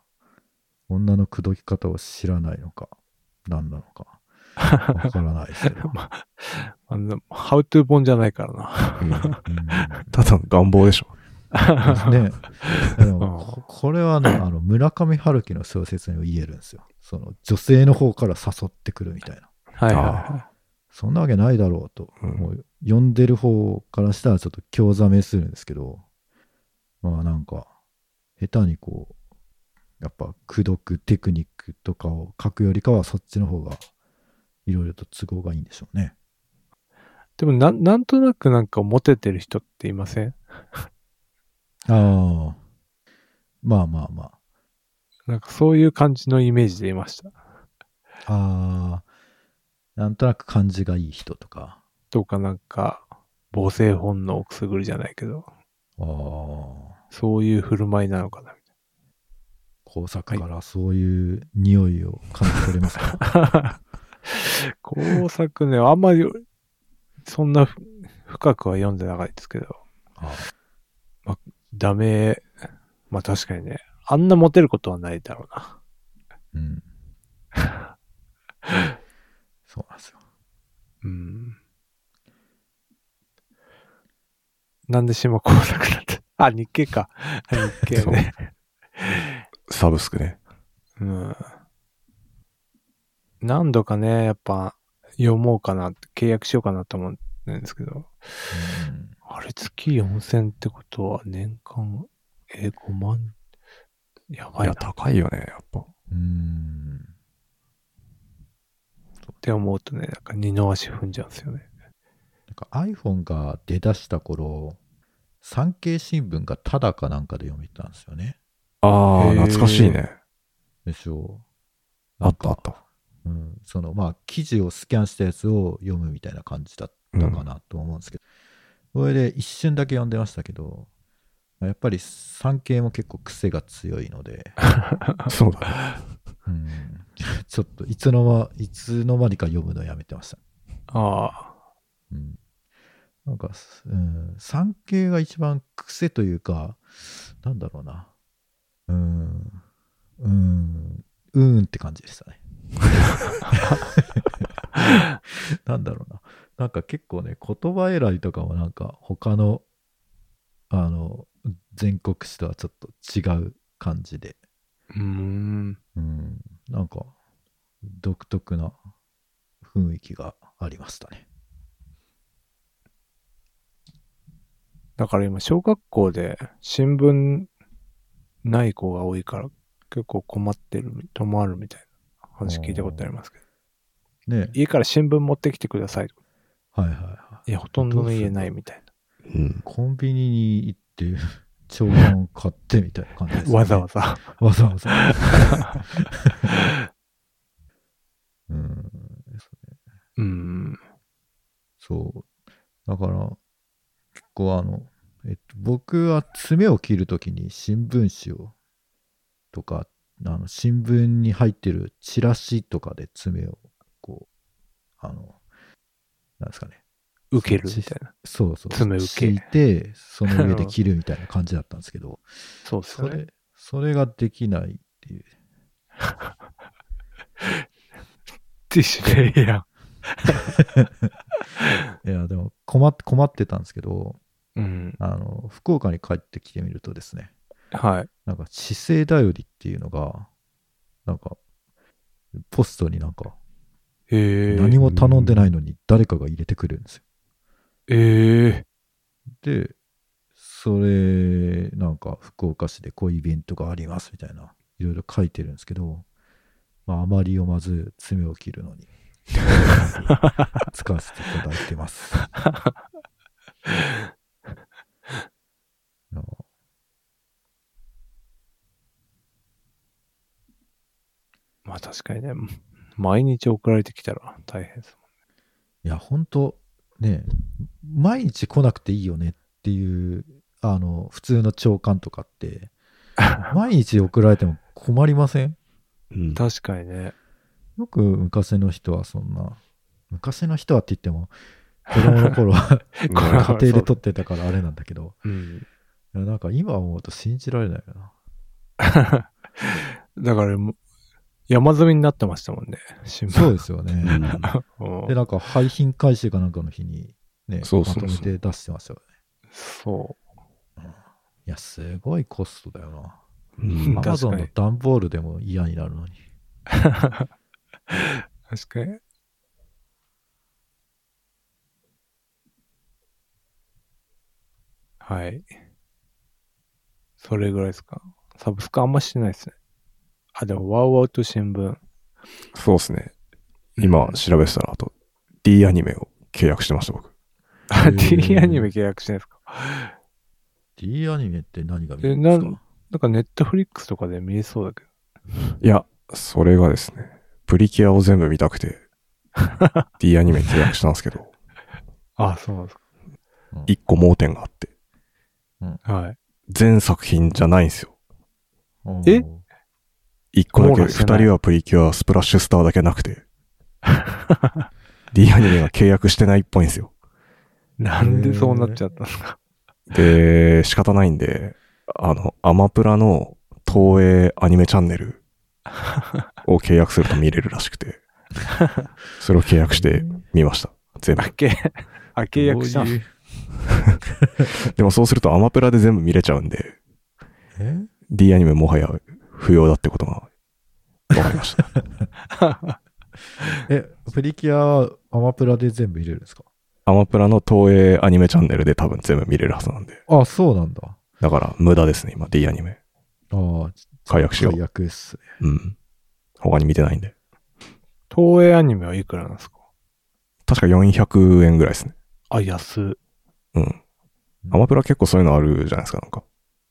Speaker 3: 女の口説き方を知らないのか、何なのか、わからないですけ ど。
Speaker 1: あの、ハウトゥー本じゃないからな。
Speaker 3: うん
Speaker 2: ただの願望でしょ。
Speaker 3: ですね。で も
Speaker 1: うん
Speaker 3: ここれはね、あの村上春樹の小説にも言えるんですよ。その女性の方から誘ってくるみたいな。
Speaker 1: はいはいは
Speaker 2: あ
Speaker 3: そんなわけないだろうと、
Speaker 2: うん
Speaker 3: もう読んでる方からしたらちょっと興ざめするんですけど、まあなんか、下手にこう、やっぱ口説くテクニックとかを書くよりかはそっちの方がいろいろと都合がいいんでしょうね。
Speaker 1: い。でもなん、なんとなくなんかモテてる人っていません
Speaker 3: ああ。まあまあまあ。
Speaker 1: なんかそういう感じのイメージでいました。
Speaker 3: ああ、なんとなく感じがいい人とか。
Speaker 1: とかなんか、母性本能をくすぐるじゃないけど、
Speaker 3: ああ、
Speaker 1: そういう振る舞いなのかな。
Speaker 3: 工作からそういう匂いを感じ取れますか、
Speaker 1: 工作ね、あんまり、そんなふ深くは読んでなかったですけど、
Speaker 3: あ
Speaker 1: ダメ、まあ確かにね、あんなモテることはないだろうな。
Speaker 3: ーうん。 そうなんですよ。
Speaker 1: うん。なんで島工作だった あ、日経か。日経ね。
Speaker 2: サブスクね。
Speaker 1: うん。何度かね、やっぱ読もうかな、契約しようかなと思うんですけど、
Speaker 3: うん
Speaker 1: あれ月4000ってことは年間、え、5万、やばい
Speaker 2: い
Speaker 1: な
Speaker 2: や、
Speaker 1: っ
Speaker 2: 高いよね、やっぱ。
Speaker 3: うーん。
Speaker 1: て思うとね、なんか二の足踏んじゃうんですよね。
Speaker 3: なんか iPhone が出だした頃、産経新聞がただかなんかで読めたんですよね。
Speaker 2: ああ、
Speaker 1: へー
Speaker 2: 懐かしいね。
Speaker 3: でしょう。
Speaker 2: あったあった。
Speaker 3: うん、そのまあ記事をスキャンしたやつを読むみたいな感じだったかなと思うんですけど、それで一瞬だけ読んでましたけどまあやっぱり産経も結構癖が強いので、
Speaker 2: そう だ。
Speaker 3: うん、ちょっといつの間いつの間にか読むのやめてました、
Speaker 1: あ
Speaker 3: うん、なんか、うん、産経が一番癖というかなんだろうなうんうんうーんって感じでしたねなんだろうななんか結構ね言葉選びとかもなんか他のあの全国紙とはちょっと違う感じで
Speaker 1: あ、うーん。
Speaker 3: うんなんか独特な雰囲気がありましたね
Speaker 1: だから今、小学校で新聞ない子が多いから、結構困ってる、戸惑るみたいな話聞いたことありますけど、
Speaker 3: ね
Speaker 1: 家から新聞持ってきてくださいとか。
Speaker 3: はいはいは
Speaker 1: い
Speaker 3: い
Speaker 1: や、ほとんどの家ないみたい
Speaker 2: うん。
Speaker 3: コンビニに行って、長版買ってみたいな感じです、
Speaker 1: な。わざわざ。
Speaker 3: ざ。わざわざ。 うん、
Speaker 1: うん。
Speaker 3: そう。だから、結構あの、えっと、僕は爪を切るときに新聞紙を、とか、あの新聞に入ってるチラシとかで爪を、こう、あの、なんですかね。
Speaker 1: 受けるみたいな。
Speaker 3: そうそう。
Speaker 1: 爪受け
Speaker 3: 敷いて、その上で切るみたいな感じだったんですけど、
Speaker 1: そうです
Speaker 3: そ
Speaker 1: よね。
Speaker 3: れ、それができないっていう。
Speaker 1: ティッシュでいいやん。
Speaker 3: いや、でも困っ困ってたんですけど、
Speaker 1: うん。
Speaker 3: あの、福岡に帰ってきてみるとですね、
Speaker 1: はい。
Speaker 3: なんか、姿勢頼りっていうのが、なんか、ポストになんか、
Speaker 1: ええ
Speaker 3: 何も頼んでないのに誰かが入れてくるんですよ。
Speaker 1: ええ
Speaker 3: で、それ、なんか、福岡市でこういうイベントがありますみたいな、いろいろ書いてるんですけど、まあ、あまり読まず、爪を切るのに、使わせていただいてます。い や
Speaker 1: まあ確かにね、毎日送られてきたら大変です
Speaker 3: いや、本当ね、毎日来なくていいよねっていうあの、普通の朝刊とかって、 毎日送られても困りません
Speaker 2: うん
Speaker 1: 確かにね。
Speaker 3: よく昔の人はそんな、昔の人はって言っても、子供の頃
Speaker 1: こ
Speaker 3: は
Speaker 1: れは
Speaker 3: 家庭で
Speaker 1: そ
Speaker 3: 撮ってたからあれなんだけど、
Speaker 1: ううん。
Speaker 3: いやなんか今思うと信じられないよな。
Speaker 1: だからもう、山積みになってましたもんね、新聞。
Speaker 3: そうですよ
Speaker 2: う
Speaker 3: ね。
Speaker 2: ん
Speaker 1: うん
Speaker 3: で、なんか廃品回収かなんかの日に、ね、
Speaker 2: そうそうそう
Speaker 3: まとめて出してましたよね。
Speaker 1: そ
Speaker 3: いや、すごいコストだよな。
Speaker 2: うん
Speaker 1: 確か
Speaker 3: アマ
Speaker 1: に
Speaker 3: ゾンの段ボールでも嫌になるのに。
Speaker 1: う。確かに。はい。それぐらいですか。サブスクあんましてないですね。あ、でも、ワウワウと新聞。
Speaker 2: そうですね。今調べてたら、あと D アニメを契約してました、僕。
Speaker 1: あ、D
Speaker 3: へー
Speaker 1: アニメ契約してないですか。
Speaker 3: D アニメって何が見れるんで
Speaker 1: え
Speaker 3: す
Speaker 1: なん
Speaker 3: か
Speaker 1: なんか、ネットフリックスとかで見えそうだけど。
Speaker 2: いや、それがですね、プリキュアを全部見たく て、D アニメ契約したんですけど、
Speaker 1: あ、そうなんです
Speaker 2: 一個盲点があって、
Speaker 1: か。はい。
Speaker 2: 全作品じゃないんですよ。
Speaker 3: うん
Speaker 1: え
Speaker 2: 一個だ
Speaker 1: 網
Speaker 2: け、
Speaker 1: 羅してな
Speaker 2: 二
Speaker 1: い
Speaker 2: 人はプリキュア、スプラッシュスターだけなくて、D アニメが契約してないっぽいんですよ。
Speaker 1: なんでそうなっちゃったんですか。
Speaker 2: で、仕方ないんで、あの、アマプラの東映アニメチャンネルを契約すると見れるらしくて、それを契約して見ました。全部
Speaker 1: あ、。け、あ、契約したん
Speaker 3: どういう
Speaker 2: でもそうするとアマプラで全部見れちゃうんで、
Speaker 3: え
Speaker 2: D アニメもはや不要だってことが分かりました。
Speaker 3: え、プリキュアはアマプラで全部入れるんですか
Speaker 2: アマプラの東映アニメチャンネルで多分全部見れるはずなんで。
Speaker 3: あ、そうなんだ。
Speaker 2: だから無駄ですね、今 D アニメ。
Speaker 3: ああ、
Speaker 2: 解約しよ
Speaker 3: 解約っすね。
Speaker 2: う。うん。他に見てないんで。
Speaker 1: 東映アニメはいくらなんですか
Speaker 2: 確か400円ぐらいですね。
Speaker 1: あ、安。
Speaker 2: うん。アマプラ結構そういうのあるじゃないですか、なんか。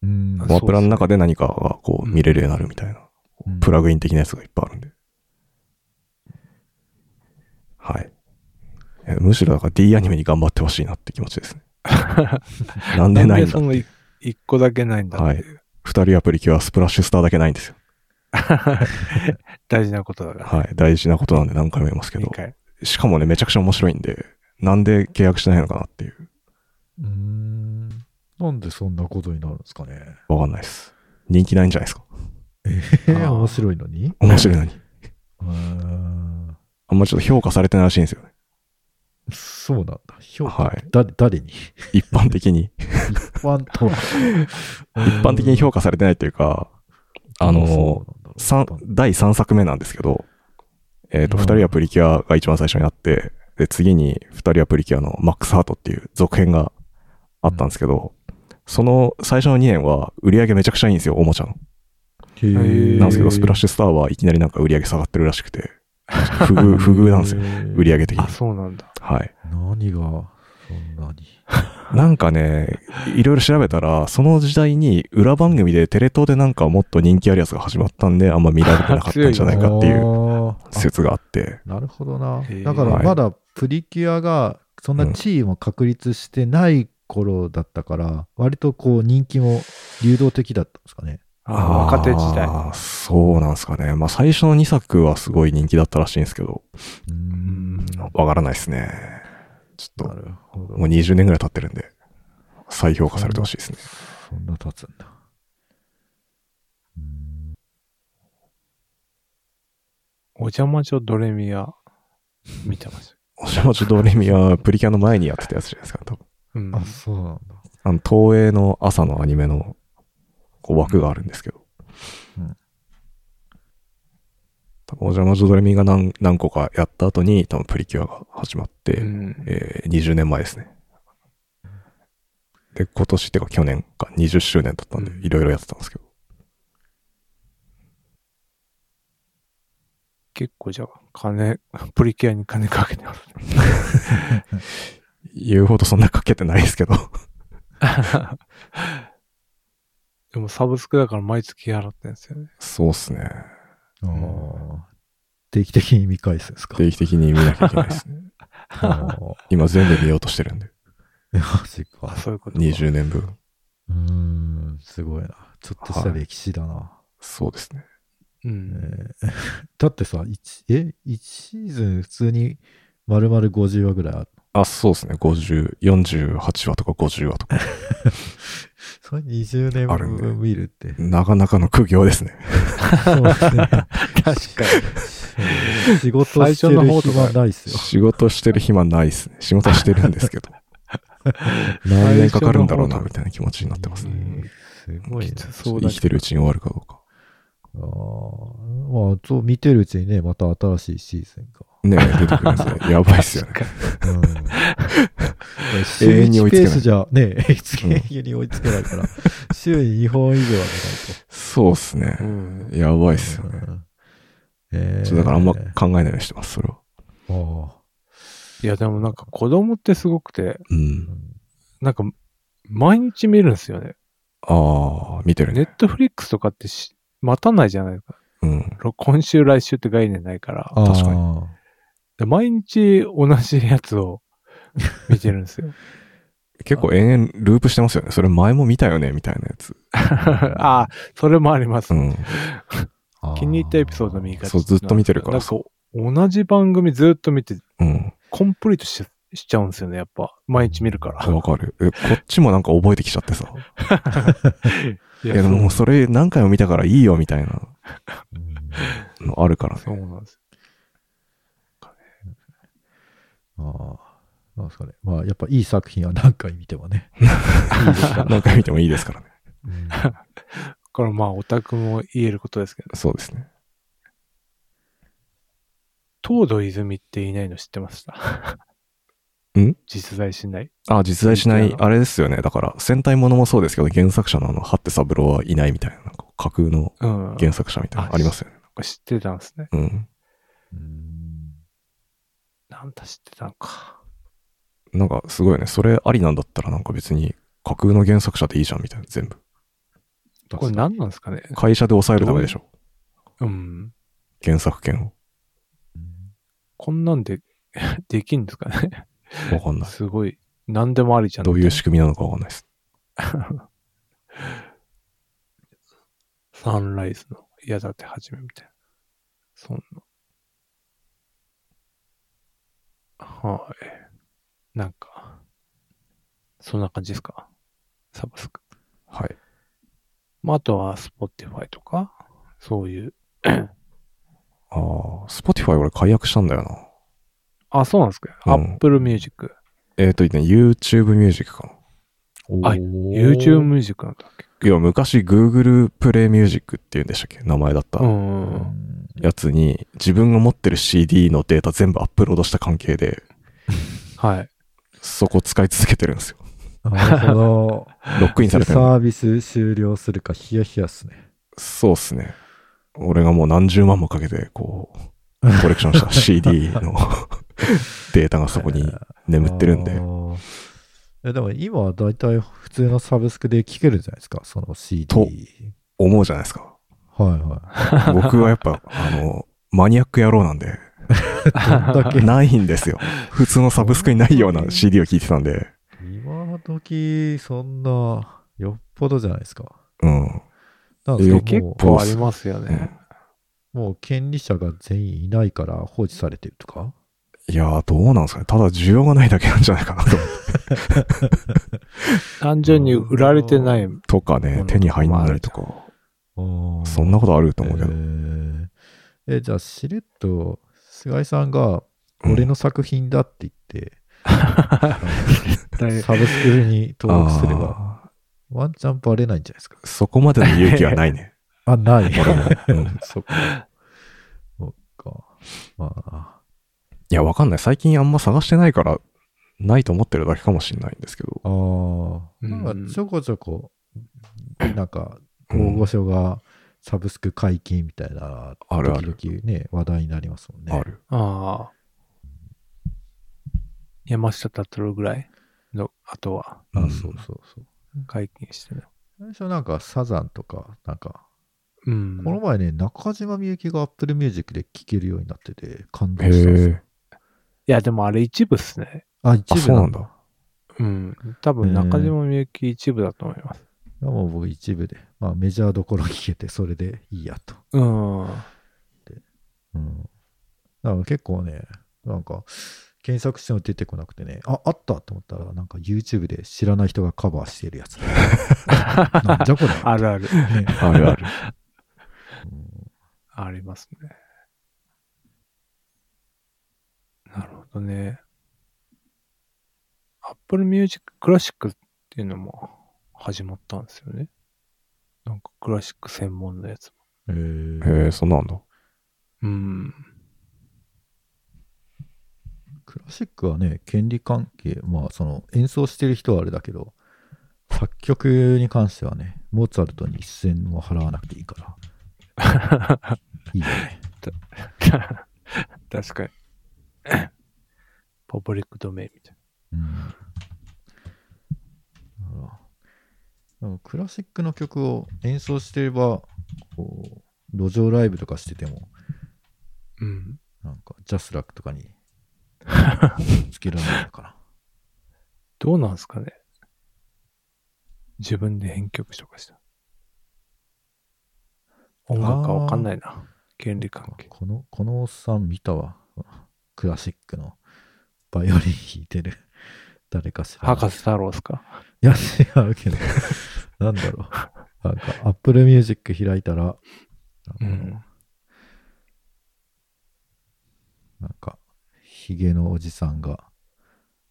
Speaker 3: うん
Speaker 1: あ
Speaker 2: アマプラの中で何かがこう見れるようになるみたいな、
Speaker 3: うん
Speaker 2: プラグイン的なやつがいっぱいあるんで。はい。えむしろだから D アニメに頑張ってほしいなって気持ちですね。 なんで
Speaker 1: な
Speaker 2: なんい
Speaker 1: で
Speaker 2: んだ
Speaker 1: そ。のい一個だけないんだっていう、
Speaker 2: 二人アプリキュアスプラッシュスターだけないんですよ。
Speaker 1: 大事なことだから。
Speaker 2: はい。大事なことなんで何回も言いますけ
Speaker 1: 二
Speaker 2: ど。
Speaker 1: 回。
Speaker 2: しかもね、めちゃくちゃ面白いんで、なんで契約しないのかなっていう。
Speaker 3: うーん。なんでそんなことになるんですかね。
Speaker 2: わかんないです。人気ないんじゃないですか。
Speaker 3: え
Speaker 1: あ
Speaker 3: ー、
Speaker 1: あ
Speaker 3: 面白いのに
Speaker 2: 面白いのに。
Speaker 3: うーん。
Speaker 2: あんまちょっと評価されてないらしいんですよね。
Speaker 3: そうなんだ。評価、
Speaker 2: はい
Speaker 3: 誰誰に 一
Speaker 2: 一般的 に。
Speaker 3: 般とは。
Speaker 2: 一般的に評価されてないというか、あの、
Speaker 3: そうなん
Speaker 2: 三
Speaker 3: だろう、
Speaker 2: 第3作目なんですけど、えっ、と、
Speaker 3: うん
Speaker 2: 2人はプリキュアが一番最初にあって、で、次に2人はプリキュアのマックスハートっていう続編があったんですけど、その最初の2年は売り上げめちゃくちゃいいんですよ、おもちゃの。
Speaker 3: へー
Speaker 1: へー
Speaker 2: なんですけど、スプラッシュスターはいきなりなんか売り上げ下がってるらしくて、不遇、不遇なんですよ、
Speaker 3: へー
Speaker 2: 売り上げ的に
Speaker 1: あ、。そうなんだ。
Speaker 2: はい。
Speaker 3: 何が、そんなに。
Speaker 2: なんかね、いろいろ調べたら、その時代に裏番組でテレ東でなんかもっと人気あるやつが始まったんで、あんま見られてなかったんじゃないかっていう
Speaker 3: う
Speaker 2: 説があって、
Speaker 3: なるほどな
Speaker 1: へー。
Speaker 3: だからまだプリキュアがそんな地位も確立してない頃だったから、割とこう人気も流動的だったんですかね。
Speaker 1: あ若手時代。
Speaker 2: あーそうなんですかね。まあ最初の2作はすごい人気だったらしいんですけど、
Speaker 3: うー。
Speaker 1: うんん。
Speaker 2: わからないですね。ちょ
Speaker 3: な
Speaker 2: っ
Speaker 3: るほ
Speaker 2: と、
Speaker 3: ど。
Speaker 2: もう20年ぐらい経ってるんで、再評価されてほしいですね。
Speaker 3: そんな経つんだ。うーん
Speaker 1: お邪魔女ドレミア、見てました。
Speaker 2: おしゃまちょドレミはプリキュアの前にやってたやつじゃないですか、多分。
Speaker 1: うん。
Speaker 3: あ、そうなんだ。
Speaker 2: あの、東映の朝のアニメのこう枠があるんですけど。
Speaker 3: うん
Speaker 2: 多分お邪魔女ドレミが何何個かやった後に、多分プリキュアが始まって、
Speaker 1: うん
Speaker 2: えー20年前ですね。で、今年っていうか去年か20周年だったんで
Speaker 1: う、ん
Speaker 2: いろいろやってたんですけど。
Speaker 1: 結構じゃあ、金、プリキュアに金かけてます。
Speaker 2: 言うほどそんなかけてないですけど。
Speaker 1: でもサブスクだから毎月払ってるんですよね。
Speaker 2: そうっすね。
Speaker 3: ああ。定期的に見返すんですか。
Speaker 2: 定期的に見なきゃいけないです ね。
Speaker 3: ああ。
Speaker 2: 今全部見ようとしてるんで。
Speaker 3: マジ
Speaker 1: あ、
Speaker 3: か。
Speaker 1: そういうことか。
Speaker 2: 20年分。
Speaker 3: うーん、すごいな。ちょっとした歴史だな。
Speaker 2: そうですね。
Speaker 1: う
Speaker 3: え
Speaker 1: ん。
Speaker 3: ー だってさ、一え、1シーズン普通に丸々50話ぐらいある。
Speaker 2: あ、そうですね。50、48話とか50話とか。
Speaker 3: それ20年
Speaker 2: あるんだよ
Speaker 3: 分見るって。
Speaker 2: なかなかの苦行ですね。
Speaker 3: そうですね。
Speaker 1: 確か
Speaker 3: 仕事してる暇ないっすよ。
Speaker 2: 仕事してる暇ないですね。仕事はしてるんで すけど。
Speaker 3: 何
Speaker 2: 何
Speaker 3: 年
Speaker 2: 年かかるんだろうな、みたいな気持ちになってますね。
Speaker 3: ね。すごい
Speaker 1: に。
Speaker 3: ね
Speaker 1: き。つそう
Speaker 2: 生
Speaker 1: だ
Speaker 2: き
Speaker 1: け
Speaker 2: てるうちに終わるかどうか。
Speaker 3: あーまあ、そう見てるうちにね、また新しいシーズンが。
Speaker 2: ねえ、出てくるんです ね。やばいっすよね。
Speaker 3: うん、
Speaker 2: 永遠に追いつけない
Speaker 3: 週一ペースじゃ、ね、永遠に追いつけないから、週に2本以上は
Speaker 2: そうっすね
Speaker 1: ど。う。ん。
Speaker 2: やばいっ
Speaker 3: 見
Speaker 2: すよ
Speaker 3: ない
Speaker 2: ね。
Speaker 3: と。えー
Speaker 2: ちょっとだからあんま考えないようにしてます、それは。
Speaker 3: あー
Speaker 1: いや、でもなんか子供ってすごくて、
Speaker 2: うん。
Speaker 1: なんか、毎日見るんですよね。
Speaker 2: ああ、見てる
Speaker 1: ネ
Speaker 2: ね。
Speaker 1: ットフリックスとかってし待たないじゃないですか。
Speaker 2: うん。
Speaker 1: ろ今週来週って概念ないから。
Speaker 3: あー、
Speaker 2: 確か
Speaker 1: で毎日同じやつを見てるんですよ。
Speaker 2: 結構延々ループしてますよね。それ前も見たよね、みたいなやつ。
Speaker 1: ああ、それもあります
Speaker 2: う。ん。
Speaker 3: あー
Speaker 1: 気に入ったエピソード見がち
Speaker 2: そうずっと見てるから
Speaker 1: なんか同じ番組ずっと見て、
Speaker 2: うん。
Speaker 1: コンプリートししちゃうんですよね、やっぱ。毎日見るから。
Speaker 2: わかる。え、こっちもなんか覚えてきちゃってさ。
Speaker 1: い
Speaker 2: いや、でももうそれ何回も見たからいいよ、みたいな
Speaker 3: うん
Speaker 2: のあるからね。
Speaker 1: そうなんです。
Speaker 3: ああ、なんですかね。まあ、やっぱいい作品は何回見てもね。
Speaker 2: 何回見てもいいですからね。
Speaker 3: うん
Speaker 1: だからまあ、オタクも言えることですけど、
Speaker 2: そうですね。
Speaker 1: 東堂泉っていないの知ってました。
Speaker 2: ん
Speaker 1: 実在しない。
Speaker 2: あ、実在しな
Speaker 1: み
Speaker 2: い
Speaker 1: たい、な
Speaker 2: あれですよね。だから、戦隊ものもそうですけど、原作者のあの、ハッテサブローはいないみたいな、なんか架空の
Speaker 1: うん。
Speaker 2: 原作者みたいなのありますよね。
Speaker 1: 知ってたんですね。
Speaker 2: うん。
Speaker 3: うん
Speaker 1: なんだ知ってたのか。
Speaker 2: なんか、すごいよね。それありなんだったら、なんか別に、架空の原作者でいいじゃん、みたいな、全部。
Speaker 1: これ何なんですかね。
Speaker 2: 会社で抑えるためでしょ。
Speaker 1: うん。
Speaker 2: 原作権を。
Speaker 1: こんなんで できんですかね。
Speaker 2: わかんない。
Speaker 1: すごい。何でもありじゃん。
Speaker 2: どういう仕組みなのかわかんないです。
Speaker 1: サンライズの矢立て始めみたいな。そんな。はい。なんか、そんな感じですかサブスク。
Speaker 2: はい。
Speaker 1: まあ、あとは、スポティファイとか、そういう。
Speaker 2: ああ、Spotify 俺解約したんだよな。
Speaker 1: あ、そうなんですか。
Speaker 2: う
Speaker 1: ア
Speaker 2: ん
Speaker 1: ップルミュージック。
Speaker 2: えっ、と、ね、YouTube Music かな。
Speaker 3: お
Speaker 1: あ
Speaker 3: ー
Speaker 1: YouTube ミュージックなんだっけ
Speaker 2: いや、昔 Google Play Music って言うんでしたっけ名前だった
Speaker 1: う。
Speaker 3: うんん
Speaker 2: やつに、自分が持ってる CD のデータ全部アップロードした関係で、
Speaker 1: はい。
Speaker 2: そこ使い続けてるんで すよ。
Speaker 3: なる ほど。
Speaker 2: ロックインされてる
Speaker 3: サービス終了するかヒヤヒヤっすね。
Speaker 2: そうっすね。俺がもう何十万もかけて、こう、コレクションし た CD の データがそこに眠ってるん
Speaker 3: あ
Speaker 2: で。
Speaker 3: ーえでも今はだいたい普通のサブスクで聴けるじゃないですか、その CD。
Speaker 2: と思うじゃないですか。
Speaker 3: はいは
Speaker 2: 僕はやっぱ、 あの、マニアック野郎なんで、
Speaker 3: い。どん だけ
Speaker 2: ないんですよ。普通のサブスクにないような CD を聴いてたんで、
Speaker 3: 今時そんな、よっぽどじゃないですか。
Speaker 2: うん。
Speaker 3: なんですけ
Speaker 1: 結
Speaker 3: ども
Speaker 1: 構ありますよね。
Speaker 3: う、もう権利者が全員いないから放置されてるとか
Speaker 2: いやー、どうなんですかね。ただ需要がないだけなんじゃないかなと。
Speaker 1: 単純に売られてない。
Speaker 2: とかね
Speaker 1: う、ん
Speaker 2: 手に入んないとか、そんなことあると思うけど。
Speaker 3: えーえじゃあ、しれっと、菅井さんが、俺の作品だって言って、サブスクに登録すれば、
Speaker 2: ば。
Speaker 3: ワンチャンバレないんじゃないですか。
Speaker 2: そこまでの勇気はないね。
Speaker 3: あ、ない。
Speaker 2: 俺も。うん
Speaker 3: そっか。そっか。ま
Speaker 2: いや、わかんない。最近あんま探してないから、ないと思ってるだけかもしれないんですけど
Speaker 3: あ、。ああ。な
Speaker 1: うんん
Speaker 3: かちょこちょこ、なんか、大御所がサブスク解禁みたいな、
Speaker 2: あるある
Speaker 3: 時々ね、話題になりますもんね。
Speaker 2: ある。
Speaker 1: ああ。山下達郎ぐらいの、あとは
Speaker 3: あ
Speaker 2: うん
Speaker 3: そうそうそう。
Speaker 1: 解禁してる。
Speaker 3: 最初なんか、サザンとか、なんか、
Speaker 1: うん。
Speaker 3: この前ね、中島みゆきが Apple Music で聴けるようになってて、感動
Speaker 2: へ
Speaker 3: したんですよ。
Speaker 2: え。
Speaker 1: いや、でもあれ一部っすね。
Speaker 3: あ、一
Speaker 2: あ、
Speaker 3: 部
Speaker 2: そう
Speaker 3: な
Speaker 2: なんん
Speaker 3: だ。
Speaker 2: だ。
Speaker 1: うん。多分中島みゆき一部だと思います。
Speaker 3: いやもう僕一部で、まあメジャーどころ聞けて、それでいいやと。
Speaker 1: うん。
Speaker 3: うん。だから結構ね、なんか、検索しても出てこなくてね、あ、あったと思ったら、なんか YouTube で知らない人がカバーしてるや つ。なんじゃこれ。
Speaker 1: あるある。
Speaker 3: ね
Speaker 2: あるあ る。
Speaker 3: うん
Speaker 1: ありますね。なるほどね。Apple Music Classic っていうのも始まったんですよね。なんかクラシック専門のやつも。
Speaker 3: え
Speaker 2: へ
Speaker 3: ー
Speaker 2: え、そんなんだ。
Speaker 1: うん。
Speaker 3: クラシックはね、権利関係、まあその演奏してる人はあれだけど、作曲に関してはね、モーツァルトに一銭も払わなくていいから。 いいよね。
Speaker 1: 確かに。パブリックドメインみたい
Speaker 3: うんだからでもクラシックの曲を演奏してればこう路上ライブとかしてても
Speaker 1: な。うん。
Speaker 3: なんかジャスラックとかにつけられないのかな
Speaker 1: どうなんすかね自分で編曲とかした。音楽はわかんないな。権利関係。
Speaker 3: このこのおっさん見たわクラシックのバイオリン弾いてる誰かしら
Speaker 1: 博士太郎ですか
Speaker 3: いや、違うけど、なんだろう。なんか、Apple Music 開いたら、
Speaker 1: う
Speaker 3: なんか
Speaker 1: ん
Speaker 3: なんか、ヒゲのおじさんが、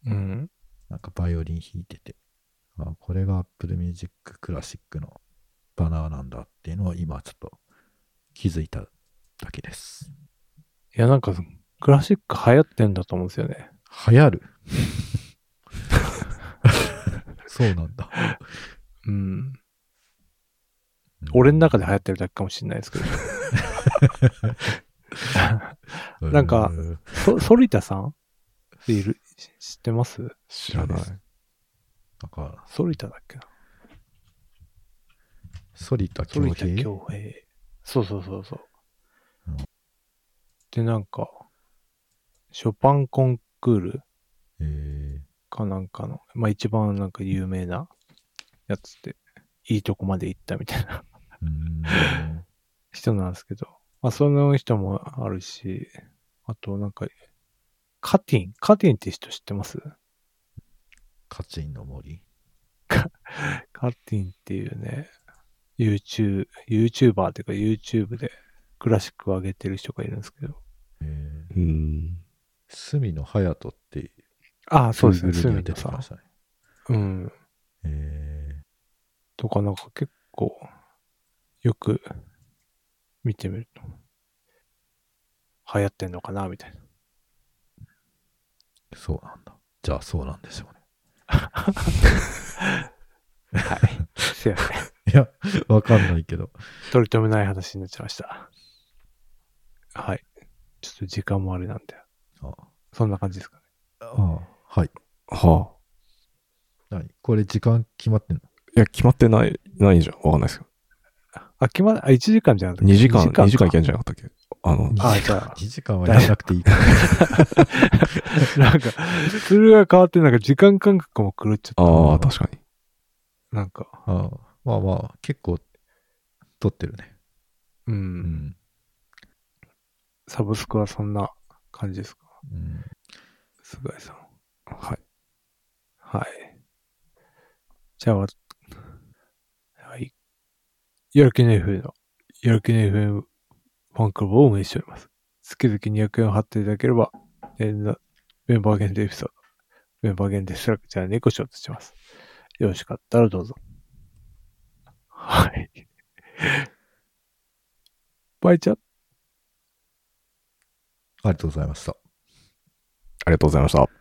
Speaker 1: うん。
Speaker 3: なんかバイオリン弾いてて、あ、これが Apple Music クラシックのバナーなんだっていうのを今ちょっと気づいただけです。
Speaker 1: いや、なんか、クラシック流行ってんだと思うんですよね。
Speaker 3: 流 行るそうなんだ。
Speaker 1: うん。俺の中で流行ってるだけかもしれないですけど。
Speaker 3: うん、
Speaker 1: なんか そ、ソリタさんっている、知ってます
Speaker 2: 知らない。
Speaker 3: なんか、
Speaker 1: ソリタだっけな
Speaker 3: ソリタ
Speaker 1: ソ
Speaker 3: 競
Speaker 1: リタ
Speaker 3: 技
Speaker 1: 京平。そうそうそうそう
Speaker 3: うん。
Speaker 1: で、なんか、ショパンコンクール
Speaker 3: えー
Speaker 1: かなんかの、まあ一番なんか有名なやつって、いいとこまで行ったみたいな
Speaker 3: うーん
Speaker 1: 人なんですけど、まあ、その人もあるし、あと、なんか、カティン、カティンって人知ってます
Speaker 3: カチンの森。
Speaker 1: カティンっていうね、YouTube、YouTuber っていうか YouTube でクラシックを上げてる人がいるんですけど。
Speaker 3: えー、
Speaker 2: うん。
Speaker 3: 隅野隼人って、
Speaker 1: ああ、そうですね、
Speaker 3: Google には
Speaker 1: 隅
Speaker 3: 出
Speaker 1: 田
Speaker 3: て
Speaker 1: さ
Speaker 3: ま
Speaker 1: ん
Speaker 3: し。たね。
Speaker 1: うん。
Speaker 3: え
Speaker 1: とか、なんか結構、よく見てみると、流行ってんのかな、みたいな。
Speaker 3: ー、そうなんだ。じゃあそうなんでしょうね。
Speaker 1: せやね。
Speaker 3: いや、わかんないけど。
Speaker 1: 取り留めない話になっちゃいました。はい。ちょっと時間もあれなんで、
Speaker 3: あ
Speaker 1: そんな感じですかね。
Speaker 3: あ、はい。
Speaker 2: はあ。
Speaker 3: 何これ時間決まってんの
Speaker 2: いや、決まってない、ないじゃん。わかんないですよ。
Speaker 1: あ、決まら、あ、1時間じゃなくて
Speaker 2: 2時間、2時間いけ
Speaker 1: か
Speaker 2: んじゃなかったっけあの、
Speaker 1: あじゃあ
Speaker 3: ?2 時間はやらなくていいから。
Speaker 1: なんか、それが変わって、なんか時間感覚も狂っちゃった。
Speaker 2: ああ、確かに。
Speaker 1: なんか、
Speaker 3: ああまあまあ、結構、撮ってるね。
Speaker 1: うん。
Speaker 3: うん。
Speaker 1: サブスクはそんな感じですか
Speaker 3: うん、
Speaker 1: 菅井さん。
Speaker 2: はい。
Speaker 1: はい。じゃあ、わはい。やる気の FM の、やる気の FM ファンクラブを運営しております。月々200円を貼っていただければ、年のメンバー限定エピソード、メンバー限定スラックチャンネルにご招待してます。よろしかったらどうぞ。はい。 バイチャ
Speaker 3: ありがとうございました。
Speaker 2: ありがとうございました。